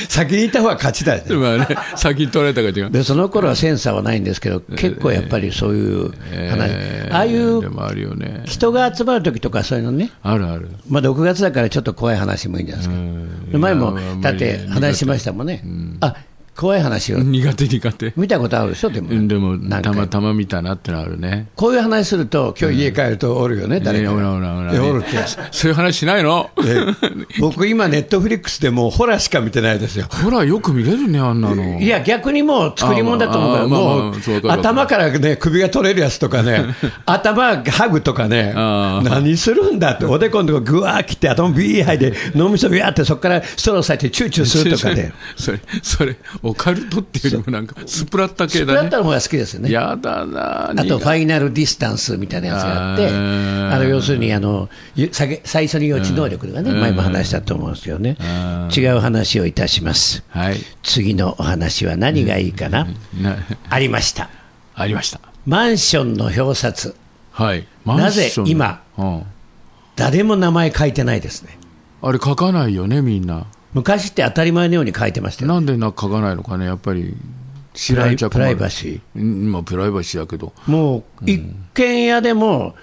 Speaker 3: 先に行った方が勝ちだよね。
Speaker 4: まあね先に取られたから違う
Speaker 3: でその頃 はセンサーはないんですけど、結構やっぱりそういう話、
Speaker 4: えー
Speaker 3: ああい
Speaker 4: で
Speaker 3: う
Speaker 4: もあるよね
Speaker 3: 人が集まるときとか、そういうのね、
Speaker 4: あるある
Speaker 3: まあ、6月だからちょっと怖い話もいいんじゃないですか、で前
Speaker 4: いやあん
Speaker 3: も
Speaker 4: ま
Speaker 3: だ
Speaker 4: り
Speaker 3: って話しましたもんね、あ怖い話を
Speaker 4: 苦手苦手
Speaker 3: 見たことあるでしょ、でも、
Speaker 4: うんでも
Speaker 3: なん
Speaker 4: た
Speaker 3: か
Speaker 4: またま見たなってのあるね
Speaker 3: こういう話すると、今
Speaker 2: 今日
Speaker 3: 日、
Speaker 2: 家帰るとおるよね、誰
Speaker 4: ね
Speaker 2: か
Speaker 4: ほらほらほらね
Speaker 2: いやおるって
Speaker 4: そういう話しないの
Speaker 2: 僕、今、ネットフリックスでもうホラーしか見てないですよ、
Speaker 4: ほらよく見れるねあんなの
Speaker 3: いや、逆にもう作り物だと思うから、
Speaker 4: あまあまあまあ
Speaker 3: もう
Speaker 4: そうわかるわかる
Speaker 2: 頭からね、首が取れるやつとか ね、頭ハグとかね、
Speaker 4: あー
Speaker 2: 何するんだって、おでこのとこぐわー切って、頭ビー吐いて、脳みそビーって、そこからストローされて、チューチューするとかね、
Speaker 4: それそれオカルトっていうよりもなんかスプラッタ系
Speaker 3: スプラ
Speaker 4: だ
Speaker 3: ッ
Speaker 4: ね
Speaker 3: タの方が好きですよね。
Speaker 4: やだな
Speaker 3: あと、フ
Speaker 4: ァ
Speaker 3: ァイナルディスタンスみたいなやつがあって、
Speaker 4: あー
Speaker 3: あの要するにあのゆさげ最初に予知能力がね、前も話したと思うんですけどね、違う話をいたします。
Speaker 4: はい
Speaker 3: 次のお話は何がいいかな、
Speaker 4: な
Speaker 3: ありました。
Speaker 4: ありました
Speaker 3: マンションの表札、
Speaker 4: はい
Speaker 3: なぜ今、
Speaker 4: マンションうん
Speaker 3: 誰も名前書いてないですね。
Speaker 4: あれ書かないよねみんな
Speaker 3: 昔って当たり前のように書いてましたよ。
Speaker 4: なんでな書かないのかねやっぱり知
Speaker 3: プ
Speaker 4: ら
Speaker 3: ラ
Speaker 4: れ
Speaker 3: イ
Speaker 4: ちゃ
Speaker 3: プ
Speaker 4: 困
Speaker 3: ラ
Speaker 4: る
Speaker 3: イバシ
Speaker 4: うんまあプライバシーだけど
Speaker 3: ー。もう、一軒家でも、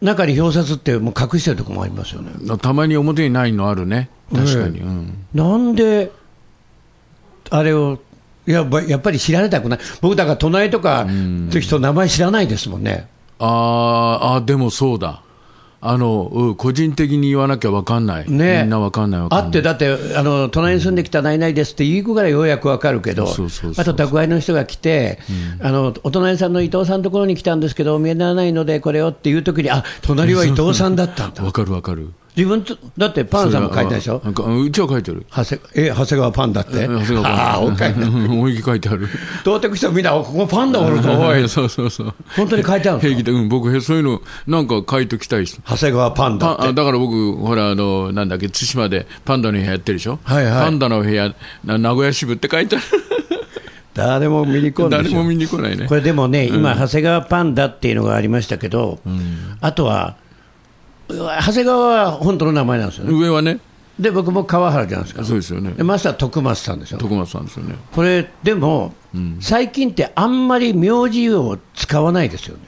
Speaker 3: 中に表札ってもう隠してるとこもありますよね。
Speaker 4: なたまに表にないのあるね確かに、うん、
Speaker 3: なんで、あれを、いやばやっぱり知られたくない、僕、だから隣とかって人、名前知らないですもんね、
Speaker 4: あーあーでもそうだあの、うん個人的に言わなきゃ分かんない、
Speaker 3: ね
Speaker 4: みんな分かんない分かん
Speaker 3: あ
Speaker 4: ない
Speaker 3: って、だってあの、隣に住んできたないないですって言い子からようやくわかるけど
Speaker 4: そうそうそう、そう
Speaker 3: あと宅配の人が来て、あの、お隣さんの伊藤さんのところに来たんですけど、お見えにならないので、これをっていうときに、あ隣は伊藤さんだったんだ
Speaker 4: 分、かる分かる
Speaker 3: 自分と、だってパンさんも書いたでしょ
Speaker 4: そ、れはなんかうちは書いてある
Speaker 3: 長谷え長谷川パンだって、
Speaker 4: うん長谷
Speaker 3: ああ、お
Speaker 4: 川
Speaker 3: かい
Speaker 4: 君うん思いっきり書いてある
Speaker 3: 到着したらみんな、おここパンダおるぞ、おい、
Speaker 4: そうそうそう
Speaker 3: 本当に書いてあるんですか
Speaker 4: 平気で、うん、僕へそういうのなんか書いときたい人
Speaker 2: 長谷川パンダ
Speaker 4: パ
Speaker 2: っ
Speaker 4: ンあ
Speaker 2: て。
Speaker 4: だから僕、ほら、あの、なんだっけ、対馬でパンダの部屋やってるでしょ、
Speaker 3: はいはい
Speaker 4: パンダの部屋、な名古屋支部って書いてあ
Speaker 2: 誰も見に来
Speaker 4: る、
Speaker 2: ない
Speaker 4: 誰も見に来ないね
Speaker 3: こ。れでもね、今、長谷川パンダっていうのがありましたけど、あとは、うわ長谷川は本当の名前なんですよね、
Speaker 4: 上はね、
Speaker 3: で僕も川原じゃないですか
Speaker 4: そうですよね
Speaker 3: でマスター徳松さんでしょ
Speaker 4: 徳松さんですよね
Speaker 3: これでも、最近ってあんまり名字を使わないですよね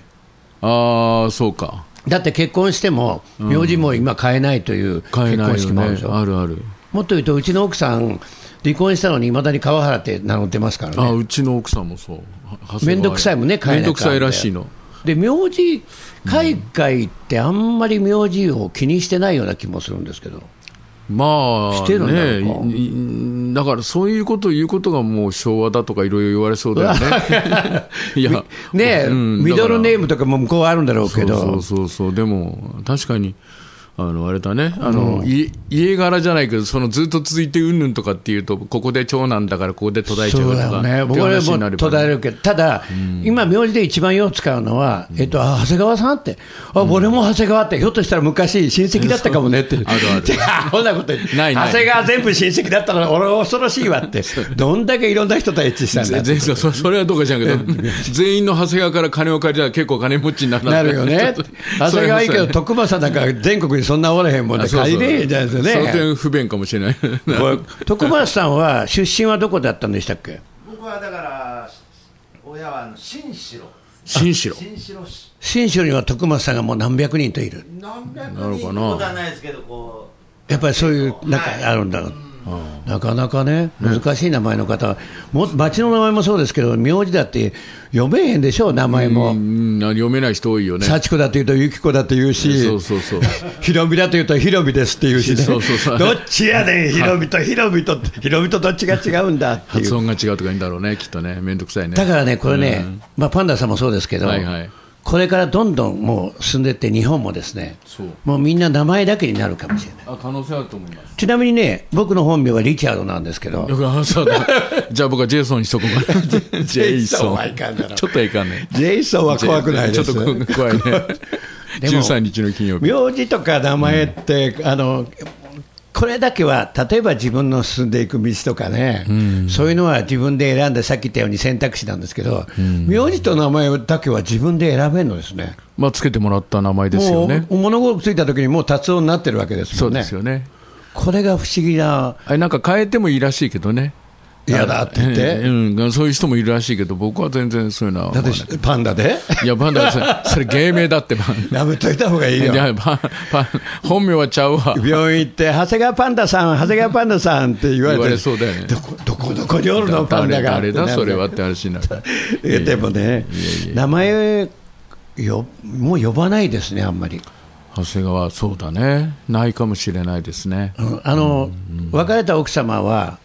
Speaker 4: ああそうか
Speaker 3: だって結婚しても名字も今変えないという結
Speaker 4: 変えない
Speaker 3: 婚式もあ
Speaker 4: よ
Speaker 3: る
Speaker 4: ね
Speaker 3: でしょ、
Speaker 4: あるある
Speaker 3: もっと言うとうちの奥さん離婚したのにいまだに川原って名乗ってますからね
Speaker 4: あうちの奥さんもそう
Speaker 3: 面倒くさいもんね変え
Speaker 4: 面
Speaker 3: なきゃ
Speaker 4: 倒くさいらしいの
Speaker 3: で名字海外ってあんまり名字を気にしてないような気もするんですけど
Speaker 4: まあ
Speaker 3: してるんだろうか
Speaker 4: ねいいだからそういうことを言うことがもう昭和だとかいろいろ言われそうだ よねいや
Speaker 3: ねえ、
Speaker 4: うん
Speaker 3: ミドルネー
Speaker 4: だ
Speaker 3: ムとかも向こうはあるんだろうけ
Speaker 4: から
Speaker 3: ど
Speaker 4: そうそうそうそうでも確かにあのあれだねあの、い家柄じゃないけどそのずっと続いてうんぬんとかっていうとここで長男だからここで途絶えちゃう
Speaker 3: そ
Speaker 4: と
Speaker 3: うだ
Speaker 4: か
Speaker 3: よ
Speaker 4: って
Speaker 3: ね、僕は
Speaker 4: 話
Speaker 3: も
Speaker 4: になればね
Speaker 3: う途絶えるけど、ただ、今、名字で一番よく使うのは、えっと、あ長谷川さんって、あ俺も長谷川って、ひょっとしたら昔、親戚だったかもねって、ある
Speaker 4: ある
Speaker 3: そんなこと言って
Speaker 4: ないない
Speaker 3: 長谷川全部親戚だったら、俺、恐ろしいわ って、どんだけいろんな人とエッチしたんだ
Speaker 4: 全
Speaker 3: って
Speaker 4: 然それそれはどうか知らんけど、 全員の長谷川から金を借りたら結構金持ちになる
Speaker 3: なるよね
Speaker 4: ちょっと、
Speaker 3: 長谷川いいけ
Speaker 4: それはそ
Speaker 3: ど、
Speaker 4: う
Speaker 3: 徳馬さんなんか全国にそんなおらへんもん
Speaker 4: あ
Speaker 3: で、
Speaker 4: そうそう
Speaker 3: 借りれへんじゃないです
Speaker 4: そ
Speaker 3: よ
Speaker 4: の
Speaker 3: ね。
Speaker 4: 点不便かもし れない。
Speaker 3: これ徳馬さんは、出身はどこだったんでしたっけ
Speaker 6: 僕はだから親はあの新城
Speaker 4: 紳士郎
Speaker 6: 新城市
Speaker 3: 新州には徳馬さんがもう何百人といる。
Speaker 6: 何百
Speaker 4: なる
Speaker 6: 人
Speaker 4: か
Speaker 6: っ
Speaker 4: な
Speaker 6: てことはないですけどこ
Speaker 3: やっぱりそういう中
Speaker 6: はい
Speaker 3: あるんだろう、なかなかね、難しい名前の方は、も町の名前もそうですけど、名字だって読めへんでしょう、名前
Speaker 4: う
Speaker 3: も。
Speaker 4: ん読めない人多いよね。
Speaker 3: 幸子だというと、ゆき子だというし、
Speaker 4: そうそうそう。
Speaker 3: ひろみだというと、ひろみですっていうしね、
Speaker 4: そうそうそう
Speaker 3: どっちや ねん、ひろみとひろみと、ひろみとどっちが違うんだってい
Speaker 4: 発
Speaker 3: う。
Speaker 4: 音が違うとか言うんだろうね、きっとね。めんどくさいね。
Speaker 3: だからね、これね、まあ、パンダさんもそうですけど、
Speaker 4: はいはい
Speaker 3: これからどんどんもう進んでいって、日本もですね
Speaker 4: そう、
Speaker 3: もうみんな名前だけになるかもしれない。
Speaker 4: あ可能性あると思います。
Speaker 3: ちなみにね、僕の本名はリチャードなんですけど
Speaker 4: よ、く話そう だ。じゃあ僕はジェイソンにしとこうかな。ジェイソン
Speaker 3: はいかんだろ。
Speaker 4: ちょっとはいかんね。
Speaker 3: ジェイソンは怖くないです
Speaker 4: ちょっと怖いね。
Speaker 3: でも
Speaker 4: 13日の金曜日。
Speaker 3: 名字とか名前って、あのこれだけは例えば自分の進んでいく道とかね、そういうのは自分で選んでさっき言ったように選択肢なんですけど、名字と名前だけは自分で選べるのですね
Speaker 4: まあ、つけてもらった名前ですよね。
Speaker 3: もう物心ついた時にもう達夫になってるわけです
Speaker 4: そ
Speaker 3: も
Speaker 4: うんで
Speaker 3: ね
Speaker 4: すよね。
Speaker 3: これが不思議な
Speaker 4: あれなんか変えてもいいらしいけどね。
Speaker 3: 嫌だって言っ
Speaker 4: ええ
Speaker 3: て、
Speaker 4: うん、そういう人もいるらしいけど、僕は全然そういうのは思
Speaker 3: だ
Speaker 4: わ
Speaker 3: っ
Speaker 4: ない。
Speaker 3: てパンダで
Speaker 4: いや、パンダさん、それ芸名だってば。
Speaker 3: やめといた方がいい
Speaker 4: い
Speaker 3: よ
Speaker 4: や、パン、パン、本名はちゃうわ。
Speaker 3: 病院行って、長谷川パンダさん、長谷川パンダさんって言われて、
Speaker 4: 言われそうだよね
Speaker 3: どこどこどこにおるの、パンダ
Speaker 4: 誰
Speaker 3: が。
Speaker 4: 誰だ、そ れはっ
Speaker 3: って
Speaker 4: て話になる。
Speaker 3: なる。えでもね、名前よ、もう呼ばないですね、あんまり。
Speaker 4: 長谷川、そうだね。ないかもしれないですね。
Speaker 3: うんあの、別れた奥様は、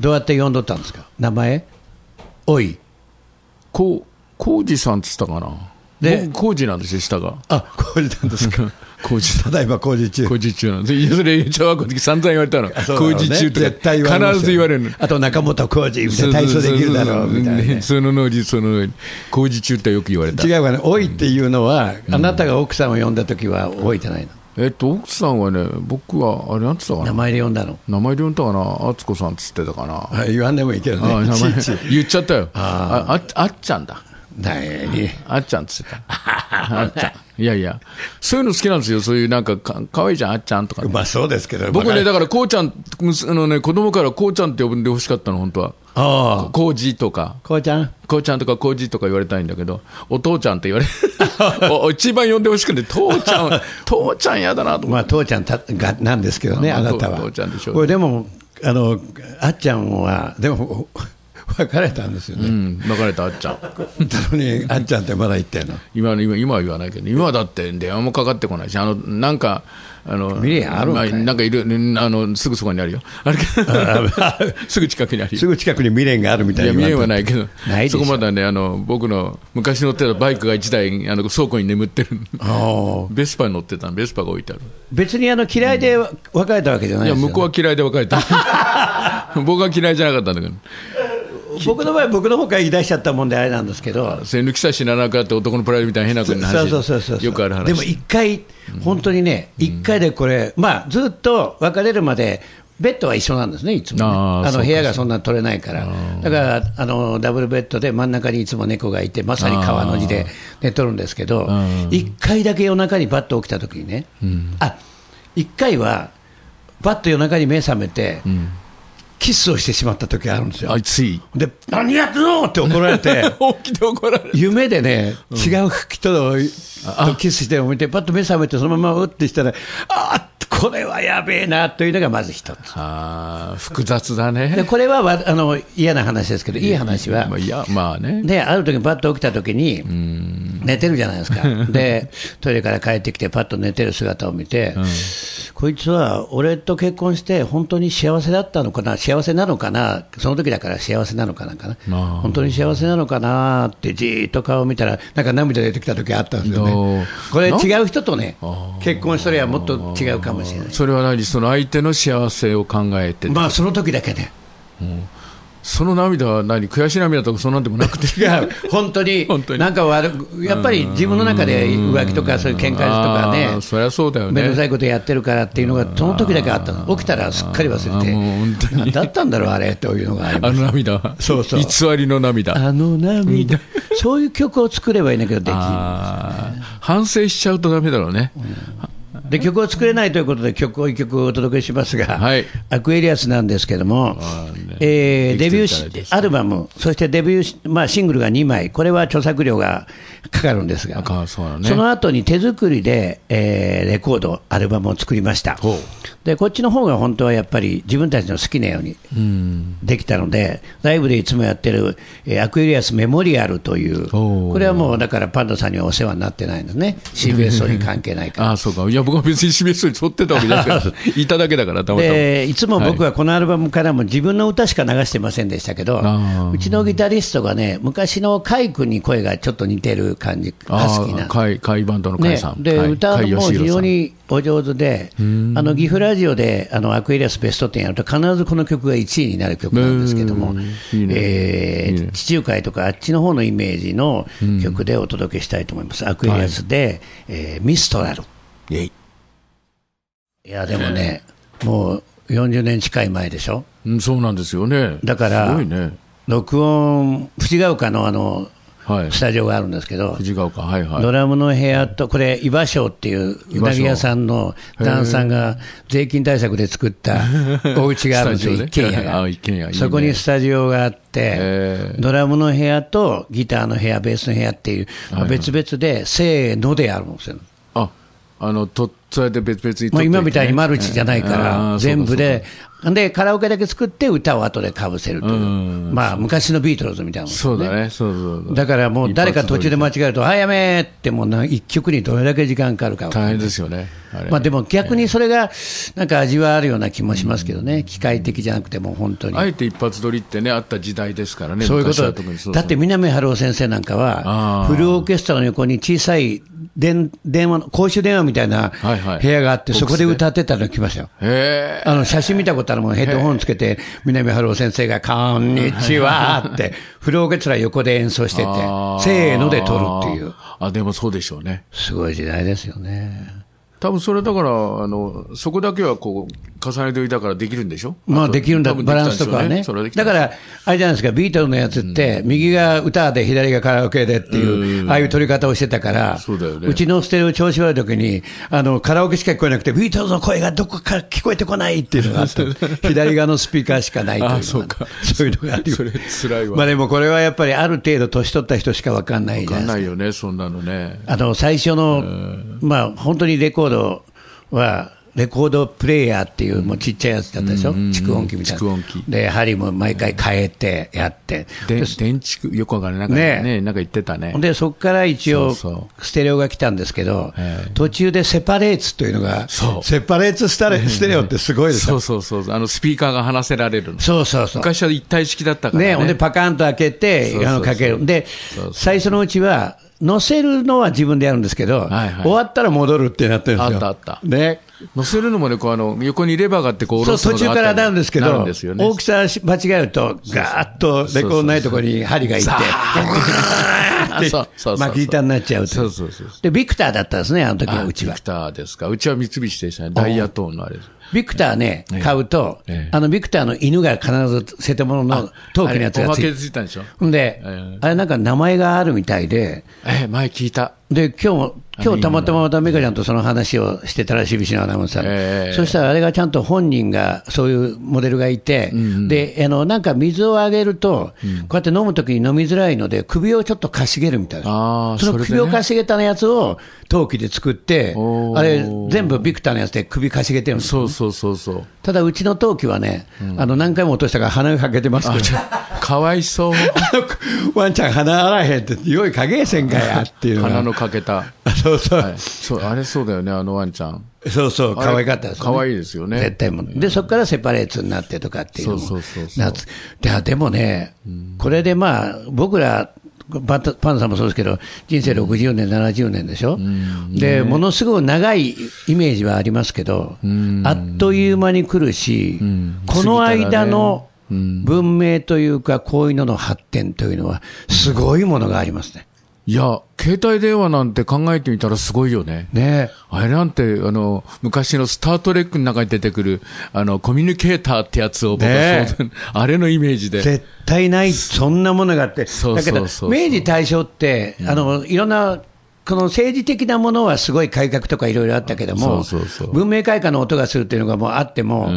Speaker 3: どうやって呼んどったんですか、名前、おい、
Speaker 4: こう、浩二さんって言ったかな。
Speaker 3: で
Speaker 4: で、浩二なんですよ、下が。
Speaker 3: あ工事なんですか、
Speaker 4: 浩二さん。
Speaker 3: ただいま工事中。
Speaker 4: 工事中なんです。いや、それ、小学校の時散々言われたの。
Speaker 3: そうだろう
Speaker 4: 工
Speaker 3: ね
Speaker 4: 事中とか、
Speaker 3: 絶対言われますよ
Speaker 4: 必ず言われるの。
Speaker 3: あと中本工事みたいな体操できるだろうみたいなね、
Speaker 4: その能力、その能力。工事中ってよく言われた。
Speaker 3: 違うかね、おいっていうのは、あなたが奥さんを呼んだときは、おいじゃないの、
Speaker 4: えっと、奥さんはね、僕は、あれ、なんつったか
Speaker 3: 名
Speaker 4: な。
Speaker 3: 前で呼んだの。
Speaker 4: 名前で呼んだかな。敦子さんっつってたかな。
Speaker 3: あ言わんでもいいけど
Speaker 4: あ
Speaker 3: ね、
Speaker 4: 名
Speaker 3: い
Speaker 4: 前
Speaker 3: ちいち。
Speaker 4: 言っちゃったよ。ああっあっちゃんだ。
Speaker 3: 何に
Speaker 4: あっちゃんっつってた。あっちゃん。いやいや。そういうの好きなんですよ。そういうなんかか、かわいいじゃん、あっちゃんとか。
Speaker 3: まあそうですけど、
Speaker 4: 僕ね、
Speaker 3: だ
Speaker 4: だから、こうちゃん、むすあのね、子供からこうちゃんって呼んでほしかったの、本当は。
Speaker 3: ああ、
Speaker 4: こうじとか。
Speaker 3: こうちゃん、
Speaker 4: こうちゃんとかこうじとか言われたいんだけど、お父ちゃんって言われ お、一番呼んでほしくて、父ちゃん、父ちゃんやだなと思って
Speaker 3: まあ父ちゃんたがなんですけどね、
Speaker 4: まあ
Speaker 3: あなたは。
Speaker 4: 父父ちゃんでしょう
Speaker 3: これでも、あの、あっちゃんは、でも、別れたんですよ
Speaker 4: う
Speaker 3: ね。
Speaker 4: ん、別れたあっちゃん。
Speaker 3: なのに、あっちゃんってまだ言ってんの。
Speaker 4: 今の今今は言わないけど、今だって電話もかかってこないし、あのなんか、あの
Speaker 3: 見りゃあるんかい
Speaker 4: まなんかいるあの、すぐそこにあるよ、あれ すぐ近くにある
Speaker 3: す
Speaker 4: よ。
Speaker 3: ぐ近くに未練があるみた
Speaker 4: い
Speaker 3: い
Speaker 4: や
Speaker 3: に
Speaker 4: 見え
Speaker 3: 言わ
Speaker 4: は
Speaker 3: れて
Speaker 4: ないけど、
Speaker 3: ないでし
Speaker 4: そ
Speaker 3: ょ
Speaker 4: こまではねあの、僕の昔乗ってたバイクが1台あの、倉庫に眠ってる、
Speaker 3: ああ
Speaker 4: ベスパに乗ってたの、ベスパが置いてある、別
Speaker 3: に
Speaker 4: あの嫌いで、
Speaker 3: 別れたわけじゃないで
Speaker 4: い
Speaker 3: すよ
Speaker 4: や、
Speaker 3: ね
Speaker 4: 向こうは嫌いで別 れた、僕は嫌いじゃなかったんだけど、
Speaker 3: 僕の場合、僕の方から言い出しちゃったもんであれなんですけど、
Speaker 4: 栓抜きさえ死ななかった男のプライドみたいな変な
Speaker 3: そ
Speaker 4: こと
Speaker 3: う
Speaker 4: に話
Speaker 3: そうそうそうそう
Speaker 4: よくある話。
Speaker 3: でも一回、本当にね、一回でこれ、まあ、ずっと別れるまで、ベッドは一緒なんですね、いつもね、
Speaker 4: あー
Speaker 3: あ
Speaker 4: そう
Speaker 3: の
Speaker 4: か
Speaker 3: 部屋がそんな取れないから、だからあのダブルベッドで真ん中にいつも猫がいて、まさに川の字で寝とるんですけど
Speaker 4: ん、
Speaker 3: 一回だけ夜中にバッと起きた時にね、あ一回は、パッと夜中に目覚めて、キスをしてしまった時あるんですよ。
Speaker 4: あつい
Speaker 3: で、何やってんのって怒られて、
Speaker 4: 本気で怒 られる
Speaker 3: 夢でね、違う人をとキスして見て、パッと目覚めて、そのままうってしたら、あーこれはやべえなというのがまず一つ。
Speaker 4: あー複雑だ
Speaker 3: で
Speaker 4: ね
Speaker 3: これはわあの嫌な話ですけど、いい話は
Speaker 4: まあ、いやまあね
Speaker 3: で、ある時パッと起きた時に、寝てるじゃないですか。で、トイレから帰ってきて、パッと寝てる姿を見て、こいつは俺と結婚して、本当に幸せだったのかな、幸せなのかな、その時だから幸せなのかなかな、
Speaker 4: あー
Speaker 3: 本当に幸せなのかなって、じーっと顔を見たら、なんか涙出てきた時あったんですよね。
Speaker 4: ど
Speaker 3: こ
Speaker 4: う
Speaker 3: れ、違う人とね、結婚したりはもっと違うかもしれない。
Speaker 4: それは何その相手の幸せを考えて
Speaker 3: まあ、その時だけね。
Speaker 4: その涙は何悔し涙とかそんなんでもなくて
Speaker 3: 違う、本当に
Speaker 4: 本当、に
Speaker 3: なんか悪くやっぱり自分の中で浮気とか、そういう喧嘩とか
Speaker 4: あ
Speaker 3: ね
Speaker 4: ー、そりゃそうだよね
Speaker 3: めんどくさいことやってるからっていうのが、その時だけあったの、起きたらすっかり忘れ
Speaker 4: あーもう本当
Speaker 3: て、
Speaker 4: に
Speaker 3: 何だったんだろう、あれというのがあり
Speaker 4: あ
Speaker 3: ます
Speaker 4: の涙は
Speaker 3: そうそう
Speaker 4: 偽りの涙
Speaker 3: あの涙、そういう曲を作ればいいんだけど、でき
Speaker 4: あー反省しちゃうとダメだろうね、
Speaker 3: で曲を作れないということで、曲を一曲お届けしますが、
Speaker 4: はい
Speaker 3: アクエリアスなんですけども、
Speaker 4: ね
Speaker 3: えーデ
Speaker 4: できて
Speaker 3: ビュ
Speaker 4: る
Speaker 3: ー
Speaker 4: じゃないで
Speaker 3: し
Speaker 4: すか
Speaker 3: アルバム、そしてデビューし、まあ、シングルが2枚、これは著作料がかかるんですが、
Speaker 4: かそうだね
Speaker 3: その後に手作りで、えーレコード、アルバムを作りました
Speaker 4: ほう。
Speaker 3: でこっちの方が本当はやっぱり自分たちの好きなようにできたので、ライブでいつもやってる、えーアクエリアスメモリアルという、
Speaker 4: おー
Speaker 3: これはもうだからパンダさんにはお世話になってないんですね、CBS に関係ないから
Speaker 4: あ。あ、そうか。いや、僕は別に示すに沿ってたわけじゃないから、 いただけだから、たまたま。
Speaker 3: でいつも僕はこのアルバムからも自分の歌しか流してませんでしたけど、
Speaker 4: あー
Speaker 3: うちのギタリストがね、昔の甲斐君に声がちょっと似てる感じ、ハスキー
Speaker 4: ああ、
Speaker 3: な。
Speaker 4: カイ、カイバンドのカイ
Speaker 3: ね
Speaker 4: さ、ん。
Speaker 3: で
Speaker 4: はい
Speaker 3: 歌うのも
Speaker 4: 甲斐
Speaker 3: 非常
Speaker 4: 義弘さん
Speaker 3: にお上手で、あの岐阜ラジオであのアクエリアスベスト10やると、必ずこの曲が1位になる曲なんですけども
Speaker 4: うーんいいね
Speaker 3: え
Speaker 4: いい
Speaker 3: ー
Speaker 4: ね、
Speaker 3: 地中海とかあっちの方のイメージの曲でお届けしたいと思います、アクエリアスで、えーミストラル。いや、でもね、もう40年近い前でしょ。
Speaker 4: うん、そうなんですよね。
Speaker 3: だから
Speaker 4: すごいね。
Speaker 3: 録音、藤ヶ丘のあの
Speaker 4: はい
Speaker 3: ス。タジオがあるんですけど、
Speaker 4: 藤ヶ丘、はいはい。
Speaker 3: ドラムの部屋と、これ、伊庭賞っていううなぎ屋さんの旦さんが税金対策で作 ったお家があるんですよ、
Speaker 4: スタ
Speaker 3: 一
Speaker 4: ジオ
Speaker 3: 軒
Speaker 4: ね
Speaker 3: 家
Speaker 4: あ一軒家いい
Speaker 3: が。
Speaker 4: ね
Speaker 3: そこにスタジオがあって
Speaker 4: へ、ー
Speaker 3: ドラムの部屋とギターの部屋、ベースの部屋っていう、まあ別々で、せーのであるんですよ。
Speaker 4: あ、あの、と、そうやって別々に撮っていて
Speaker 3: まあ、
Speaker 4: ね
Speaker 3: 今みたいにマルチじゃないから、全部。で、で、カラオケだけ作って歌を後でかぶせるという、
Speaker 4: うん
Speaker 3: まあ、昔のビートルズみたいなもんですね
Speaker 4: そうかそうかそうだね、そうそうそう。
Speaker 3: だからもう誰か途中で間違えると、あやめーって、もうな一曲にどれだけ時間かかるか、
Speaker 4: 大変ですよね。あれ
Speaker 3: まあ、でも逆にそれがなんか味はあるような気もしますけどね、機械的じゃなくて、もう本当に
Speaker 4: あ。えて一発撮りってね、あった時代ですからね、
Speaker 3: そういうこ
Speaker 4: 昔は
Speaker 3: と
Speaker 4: 特にそうそう
Speaker 3: だって南春夫先生なんかは
Speaker 4: あ、ー
Speaker 3: フルオーケストラの横に小さい電電話の、公衆電話みたいな
Speaker 4: はいはい
Speaker 3: 部屋があって、
Speaker 4: ボックス
Speaker 3: そこで
Speaker 4: で
Speaker 3: 歌ってたの来ましたよ。
Speaker 4: へえ。
Speaker 3: あの写真見たことあるもん、ヘッドホンつけて、南春夫先生が、こんにちはって、 フルオーケストラ横で演奏してて、
Speaker 4: あ
Speaker 3: せーので撮るっていう、。
Speaker 4: あ、でもそうでしょうね。
Speaker 3: すごい時代ですよね。
Speaker 4: 多分それだから、あの、そこだけはこう、重ねておいたからできるんでしょ
Speaker 3: まあ
Speaker 4: と
Speaker 3: できるんだ、
Speaker 4: 多分
Speaker 3: バランスとかは
Speaker 4: で
Speaker 3: ね
Speaker 4: きたんでしょうそれはで。きた
Speaker 3: だから、あれじゃないですか、ビートルズのやつって、右が歌で左がカラオケでっていう、ああいう取り方をしてたから、
Speaker 4: そうだよね
Speaker 3: うちのステレオ調子悪い時に、あの、カラオケしか聞こえなくて、ビートルズの声がどこから聞こえてこないっていうのがあった。 左側のスピーカーしかないというのが
Speaker 4: あそうか
Speaker 3: そういうのがあります
Speaker 4: それ辛いわ
Speaker 3: まあでもこれはやっぱりある程度年取った人しかわかんないじゃ
Speaker 4: わ
Speaker 3: な
Speaker 4: か
Speaker 3: いで
Speaker 4: ん
Speaker 3: すか
Speaker 4: ないよね、そんなのね。
Speaker 3: あの最初の、まあ、本当にレコードは、レコードプレーヤーっていう、もうちっちゃいやつだったでしょ、蓄音機みたいな。
Speaker 4: 蓄音機
Speaker 3: で、針も毎回変えてやって、
Speaker 4: で
Speaker 3: で
Speaker 4: 電池、よくわからない。なんか
Speaker 3: ねえ
Speaker 4: ねなんか言ってたね。
Speaker 3: でそこから一応
Speaker 4: そうそ、
Speaker 3: ステレオが来たんですけど
Speaker 4: ええ、
Speaker 3: 途中でセパレーツというのが、
Speaker 4: そう
Speaker 2: セパレーツスタレステレオってすごいでし
Speaker 4: そ
Speaker 2: ょ
Speaker 4: う。そうそう。あの、スピーカーが離せられるの。
Speaker 3: そうそうそう。
Speaker 4: 昔は一体式だったからね。
Speaker 3: ね、ほんでパカンと開け
Speaker 4: そうそう
Speaker 3: て、
Speaker 4: そう
Speaker 3: あのかける、で
Speaker 4: そうそ、う
Speaker 3: 最初のうちは、乗せるのは自分でやるんですけど、
Speaker 4: はいはい
Speaker 3: 終わったら戻るってなってるんですよ。
Speaker 4: あったあった
Speaker 3: ね。
Speaker 4: 乗せるのもね、こう、あの、横にレバーがあって、こう、下
Speaker 3: そ
Speaker 4: ろ
Speaker 3: う
Speaker 4: す
Speaker 3: 途
Speaker 4: の
Speaker 3: 中
Speaker 4: があ
Speaker 3: か
Speaker 4: ったり
Speaker 3: らなんですけ
Speaker 4: なる
Speaker 3: ど、
Speaker 4: んですよね。
Speaker 3: 大きさし間違えると、ガーッとレコードないところに針がいって、
Speaker 4: そう
Speaker 3: ガ
Speaker 4: そう
Speaker 3: ー
Speaker 4: そうそ
Speaker 3: ッ
Speaker 4: うそう
Speaker 3: て巻き板になっちゃうとい
Speaker 4: そうそうそう
Speaker 3: で、ビクターだったんですね、あの時は、うちは
Speaker 4: ビク。ターですか。うちは三菱でしたね。ダイヤトーンのあれです。
Speaker 3: ビクターね、買うと
Speaker 4: ええ、
Speaker 3: あのビクターの犬が必ず瀬戸物の陶器のやつ
Speaker 4: あれ
Speaker 3: が
Speaker 4: おま
Speaker 3: つい
Speaker 4: け
Speaker 3: て
Speaker 4: ついたんでしょ
Speaker 3: ほんで
Speaker 4: ええ、
Speaker 3: あれなんか名前があるみたいで、
Speaker 4: ええ、前聞いた。
Speaker 3: で今日も今日たまたままた美香ちゃんとその話をしてたらしい、シのアナウンサーが、
Speaker 4: ええ
Speaker 3: そしたらあれがちゃんと本人が、そういうモデルがいて、であのなんか水をあげると、こうやって飲むときに飲みづらいので、首をちょっとかしげるみたい
Speaker 4: あ
Speaker 3: な
Speaker 4: ー、
Speaker 3: そ
Speaker 4: そ
Speaker 3: の
Speaker 4: れでね
Speaker 3: 首をかしげたやつを陶器で作って、
Speaker 4: おー
Speaker 3: あれ、全部ビクターのやつで首かしげてるんです
Speaker 4: そうそうそうそう。
Speaker 3: ただうちの陶器はね、あの何回も落としたから鼻が欠けてますけど、
Speaker 4: かわいそう。
Speaker 2: ワンちゃん鼻洗えへんって、用意かけえせんかやっていうのが
Speaker 4: 鼻のかけた。
Speaker 2: あそうそう、
Speaker 4: はい。そう、あれそうだよね、あのワンちゃん。
Speaker 2: そうそう、
Speaker 4: あれ
Speaker 2: 可愛かった。
Speaker 3: たですね
Speaker 4: かわいいですよね。
Speaker 3: 絶対もうで、そこからセパレーツになってとかっていうのも
Speaker 4: そうそうそうそう
Speaker 3: なつであでもね、これでまあ、僕ら、パンタパンさんもそうですけど、人生60年、70年でしょ、でものすごく長いイメージはありますけど、あっという間に来るし、この間の文明というか、こういうのの発展というのは、すごいものがありますね。
Speaker 4: いや、携帯電話なんて考えてみたらすごいよね。
Speaker 3: ね
Speaker 4: あれなんて、あの、昔のスタートレックの中に出てくる、あの、コミュニケーターってやつを僕は
Speaker 2: ね
Speaker 4: そう、あれのイメージで。
Speaker 3: 絶対ない、そんなものがあって、
Speaker 4: そう
Speaker 3: だけど
Speaker 4: そうそうそう
Speaker 3: 明治大正って、あのいろんな、この政治的なものはすごい改革とかいろいろあったけども、
Speaker 4: そうそうそう
Speaker 3: 文明開化の音がするっていうのがもうあっても、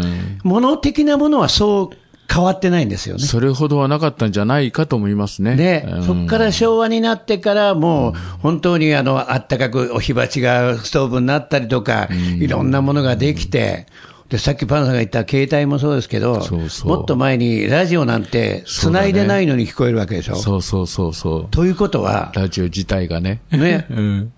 Speaker 3: 物的なものはそう変わってないんですよね。
Speaker 4: それほどはなかったんじゃないかと思いますね。
Speaker 3: ね、
Speaker 4: うん
Speaker 3: そこから昭和になってから、もう本当にあのあったかくお火鉢がストーブになったりとか、いろんなものができて、でさっきパンさんが言った携帯もそうですけど、
Speaker 4: そうそう
Speaker 3: もっと前にラジオなんて、
Speaker 4: そ
Speaker 3: 繋
Speaker 4: うだね
Speaker 3: いでないのに聞こえるわけでしょ。
Speaker 4: そうそうそうそう。
Speaker 3: ということは、
Speaker 4: ラジオ自体がね。
Speaker 3: ね、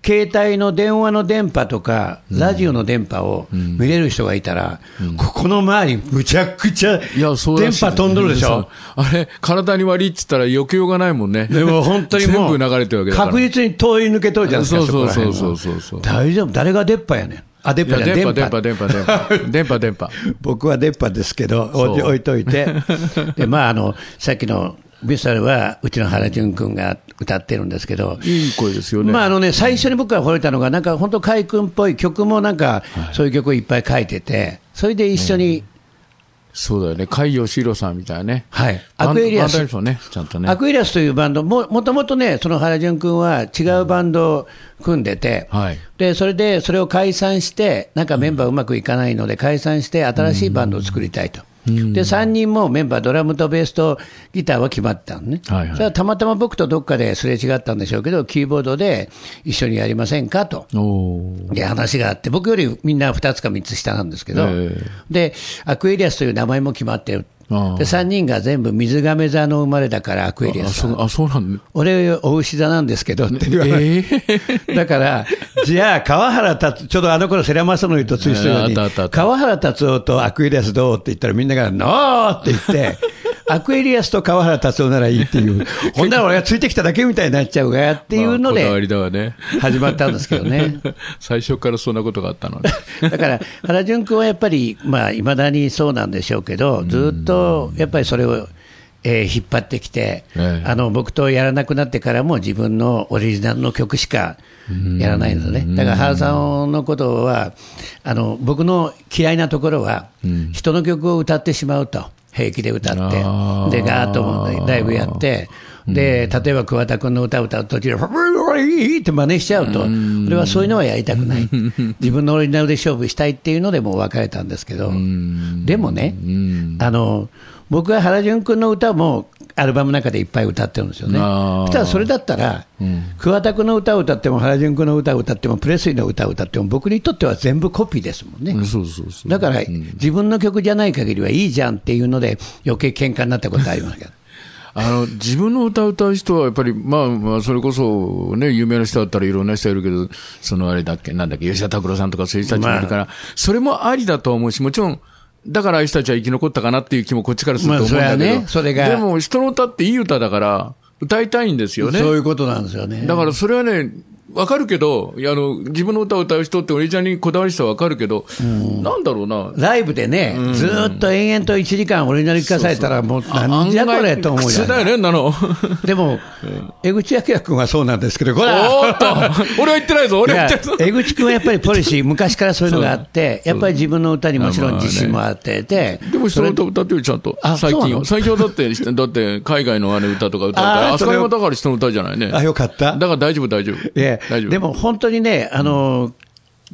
Speaker 3: 携帯の電話の電波とか、ラジオの電波を見れる人がいたら、ここの周り、むちゃくちゃ電
Speaker 4: いや、そうらしい
Speaker 3: 波飛んどるでし
Speaker 4: そう
Speaker 3: ょ。
Speaker 4: あれ、体に悪いって言ったら避けようがないもんね。
Speaker 3: でも本当にもう、
Speaker 4: 全部流れてるわけだから。
Speaker 3: 確実に通り抜けとるじゃないですか、
Speaker 4: そうそうそう
Speaker 3: こら辺は
Speaker 4: そうそうそうそう
Speaker 3: 大丈夫、誰が出っ歯やねん。あ、出っ
Speaker 4: いや
Speaker 3: 歯じゃない
Speaker 4: 電波、
Speaker 3: 電
Speaker 4: 電
Speaker 3: 波
Speaker 4: 波、。電波、電波。 電波、電波。
Speaker 3: 僕は出っ歯ですけど、
Speaker 4: そう
Speaker 3: 置いて置いとい て。で、まあ、あの、さっきの、ビスタルは、うちの原淳君が歌ってるんですけど、
Speaker 4: いい声ですよね。
Speaker 3: まああのね、最初に僕が惚れたのが、なんか本当、海君っぽい曲もなんか、そういう曲をいっぱい書いてて、それで一緒に、
Speaker 4: そうだよね。海洋シロさんみたいなね。
Speaker 3: はい、
Speaker 4: バン
Speaker 3: アクエリア
Speaker 4: バンド
Speaker 3: ス
Speaker 4: でしょうね。ちゃんとね。
Speaker 3: アクエリアスというバンド、ももともとね、その原淳君は違うバンドを組んでて、
Speaker 4: はい
Speaker 3: でそれでそれを解散して、なんかメンバーうまくいかないので、解散して、新しいバンドを作りたいと。で3人もメンバー、ドラムとベースとギターは決まったのね、
Speaker 4: はいはい
Speaker 3: それはたまたま僕とどっかですれ違ったんでしょうけど、キーボードで一緒にやりませんかと、
Speaker 4: おー
Speaker 3: で話があって、僕よりみんな2つか3つ下なんですけど、
Speaker 4: え
Speaker 3: でアクエリアスという名前も決まってる、で
Speaker 4: ああ
Speaker 3: 3人が全部水亀座の生まれだから、アクエリア
Speaker 4: あ、
Speaker 3: スさ
Speaker 4: そ
Speaker 3: ん
Speaker 4: う、あ、そうなんだ。
Speaker 3: 俺、お牛座なんですけどって言われて
Speaker 4: ええ
Speaker 3: だから、
Speaker 2: じゃあ、川原達、ちょうどあの頃世良正則とツイストよう
Speaker 4: あったあったあっ
Speaker 2: に、
Speaker 4: た
Speaker 2: 川原達夫とアクエリアスどうって言ったらみんなが、ノーって言 って、アクエリアスと川原達夫ならいいっていう、ほんなら俺がついてきただけみたいになっちゃうがやっていうの
Speaker 4: まあこだわ
Speaker 2: で、
Speaker 4: りだわね。
Speaker 3: 始まったんですけどね。
Speaker 4: 最初からそんなことがあった のね。
Speaker 3: だから、原淳君はやっぱり、まあ、いまだにそうなんでしょうけど、ずっとやっぱりそれを、えー引っ張ってきて、
Speaker 4: ええ
Speaker 3: あの、僕とやらなくなってからも自分のオリジナルの曲しかやらないのね。だから、原さんのことは、あの、僕の嫌いなところは、人の曲を歌ってしまうと。平気で歌って、で、
Speaker 4: あー
Speaker 3: ガーッとライブやって、で、例えば桑田君の歌を歌う途中で、ふふふって真似しちゃうと、俺はそういうのはやりたくない、自分のオリジナルで勝負したいっていうので、もう別れたんですけど、でもね、あの僕は原淳君の歌も、アルバムの中でいっぱい歌ってるんですよね。
Speaker 4: あ
Speaker 3: そ
Speaker 4: ー
Speaker 3: したらそれだったら、桑田君の歌を歌っても、原淳君の歌を歌っても、プレスリーの歌を歌っても、僕にとっては全部コピーですもんね。
Speaker 4: そうそうそう。
Speaker 3: だから、自分の曲じゃない限りはいいじゃんっていうので、余計喧嘩になったことありますけど。
Speaker 4: あの、自分の歌を歌う人はやっぱり、まあ、まあ、それこそ、ね、有名な人だったらいろんな人いるけど、そのあれだっけ、なんだっけ、吉田拓郎さんとかそういう人たちもいるから、それもありだと思うし、もちろん、だからああいう人たちは生き残ったかなっていう気もこっちからすると思うんだけど、
Speaker 3: まあそれはねそれが
Speaker 4: でも、人の歌っていい歌だから、歌いたいんですよね。
Speaker 3: そういうことなんですよね。
Speaker 4: だからそれはね、わかるけど、いやあの、自分の歌を歌う人って、おじちゃんにこだわる人はわかるけど、なんだろうな。
Speaker 3: ライブでね、ずーっと延々と1時間俺になり聞かされたら、もうなんじゃこれと思うじゃ
Speaker 4: 苦痛 だ
Speaker 3: ん。
Speaker 4: よね、なの。お
Speaker 3: でも、江口明君はそうなんですけど、これは
Speaker 4: ーっと、俺は言ってないぞ、
Speaker 3: い
Speaker 4: 俺は言
Speaker 3: や
Speaker 4: ってないぞ。
Speaker 3: 江口君はやっぱりポリシ ー、昔からそういうのがあって、やっぱり自分の歌にもちろん自信もあってて、
Speaker 4: でも人の歌歌ってるよ、ちゃんと。
Speaker 3: あ
Speaker 4: 最
Speaker 3: そう
Speaker 4: 近
Speaker 3: な
Speaker 4: は。
Speaker 3: の
Speaker 4: 最近はだ って、だって海外のあれ歌とか歌うか
Speaker 2: あ
Speaker 4: ら、
Speaker 2: ー
Speaker 4: あそ
Speaker 2: そ
Speaker 4: こ
Speaker 2: れ
Speaker 4: もだから人の歌じゃないね。
Speaker 2: あ、よかっ
Speaker 4: だ
Speaker 2: た。
Speaker 4: から大丈夫、大丈夫。
Speaker 2: いや
Speaker 3: で
Speaker 4: 大丈、夫
Speaker 3: でも本当にね、あの、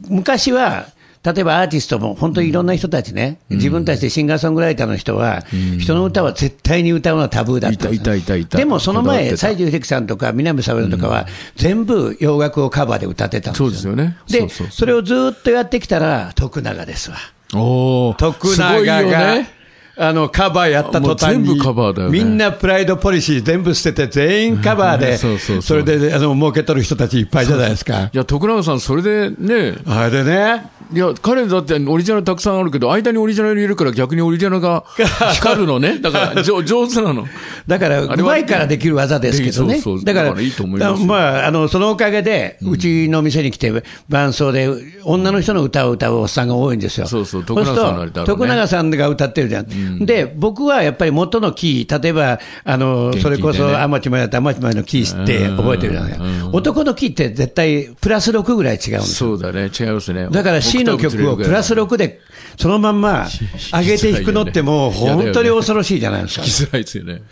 Speaker 3: 昔は、例えばアーティストも本当にいろんな人たちね、自分たちでシンガーソングライターの人は、人の歌は絶対に歌うのはタブーだったんです
Speaker 4: いたいたいたいた
Speaker 3: でもその
Speaker 4: こだわって
Speaker 3: 前、
Speaker 4: た
Speaker 3: 西城秀樹さんとか南沙織とかは、全部洋楽をカバーで歌ってたんですよ。
Speaker 4: そうですよね
Speaker 3: で
Speaker 4: そうそうそう
Speaker 3: それをずっとやってきたら、徳永ですわ。
Speaker 4: おー
Speaker 3: 徳
Speaker 4: すご
Speaker 3: 永
Speaker 4: いよ
Speaker 3: が、
Speaker 4: ね。
Speaker 3: あのカバーやった途端に
Speaker 4: もう全部カバーだよね
Speaker 3: みんなプライドポリシー全部捨てて、全員カバー
Speaker 4: う
Speaker 3: で、
Speaker 4: んそうそうそう
Speaker 3: それであの儲け取る人たちいっぱいじゃないですか。
Speaker 4: いや、徳永さん、それでね、
Speaker 3: あれでね、
Speaker 4: いや、彼だってオリジナルたくさんあるけど、間にオリジナルいるから逆にオリジナルが 光るのね。だから、じょ上手なの。
Speaker 3: だから、
Speaker 4: あ
Speaker 3: う
Speaker 4: れは
Speaker 3: まいからできる技ですけどね
Speaker 4: でそうそ。う
Speaker 3: だから、
Speaker 4: だからいいと思いますよ
Speaker 3: まあ、あの、そのおかげで、うちの店に来て、伴奏で、女の人の歌を歌うおっさんが多いんですよ。
Speaker 4: そうそう
Speaker 3: する
Speaker 4: 徳永さんのあれだろう
Speaker 3: と
Speaker 4: ね
Speaker 3: 徳永さんが歌ってるじゃん。で、僕はやっぱり元のキー、例えば、あの、
Speaker 4: 元気でね
Speaker 3: それこそ、アマチュマやったらアマチュマのキーって覚えてるじゃないですか。男のキーって絶対、プラス6ぐらい違うんですよ。
Speaker 4: そうだね、違いますね。
Speaker 3: だから C の曲をプラス
Speaker 4: ロ
Speaker 3: 6で、そのまんま上げて弾くのってもう本当に恐ろしいじゃないですか
Speaker 4: 弾。きづらいですよね。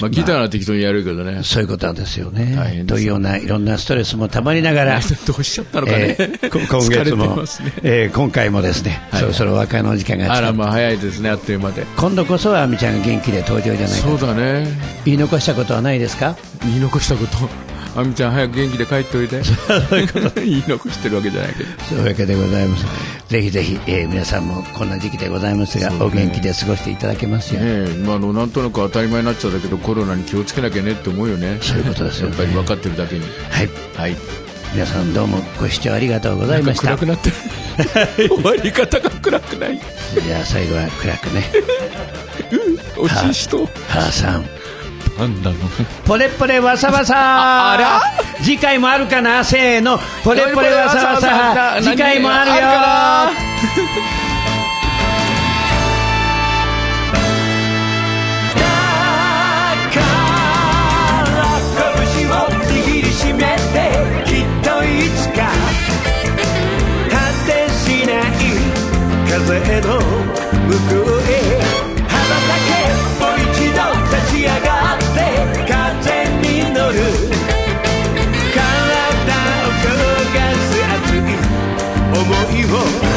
Speaker 4: まあ、ギターは適当にやるけどね。
Speaker 3: そういうことなんですよ
Speaker 4: 大
Speaker 3: ね。
Speaker 4: 変で
Speaker 3: と
Speaker 4: す
Speaker 3: いうようないろんなストレスもたまりながら、
Speaker 4: どうしちゃったのかね
Speaker 3: え。ーこ今
Speaker 4: 疲れ
Speaker 3: 月
Speaker 4: て
Speaker 3: も
Speaker 4: ますね、
Speaker 3: えー今回もですね、そろそろお別れの時間が
Speaker 4: あ
Speaker 3: 近
Speaker 4: ら、
Speaker 3: い
Speaker 4: まあ、早いですね、あっという間で。
Speaker 3: 今度こそは亜美ちゃんが元気で登場じゃないか
Speaker 4: そうだね。
Speaker 3: 言い残したことはないですか
Speaker 4: 言い残したこと。あみちゃん、早く元気で帰っておいで。 言い残してるわけじゃないけど。
Speaker 3: そういうわけでございます。ぜひぜひ、えー皆さんもこんな時期でございますが、お元気で過ごしていただけますように。
Speaker 4: ねえまあ、あのなんとなく当たり前になっちゃったけどコロナに気をつけなきゃねって思うよね
Speaker 3: そういうことですよ
Speaker 4: やっぱり分かってるだけに
Speaker 3: はい。
Speaker 4: はい
Speaker 3: 皆さんどうもご視聴ありがとうございました。
Speaker 4: 暗くなって る終わり方が暗くない
Speaker 3: じゃあ最後は暗く ね。
Speaker 4: 惜しい人
Speaker 3: 母さん。
Speaker 4: パンダの
Speaker 3: ポレポレわさわさあら次回もあるかなせーのポレポレわさわさ次回もあるよ
Speaker 7: 拳を握りしめてきっといつか果てしない風の向こうへ羽ばたけもう一度立ち上がって風に乗る体を焦がす熱い想いを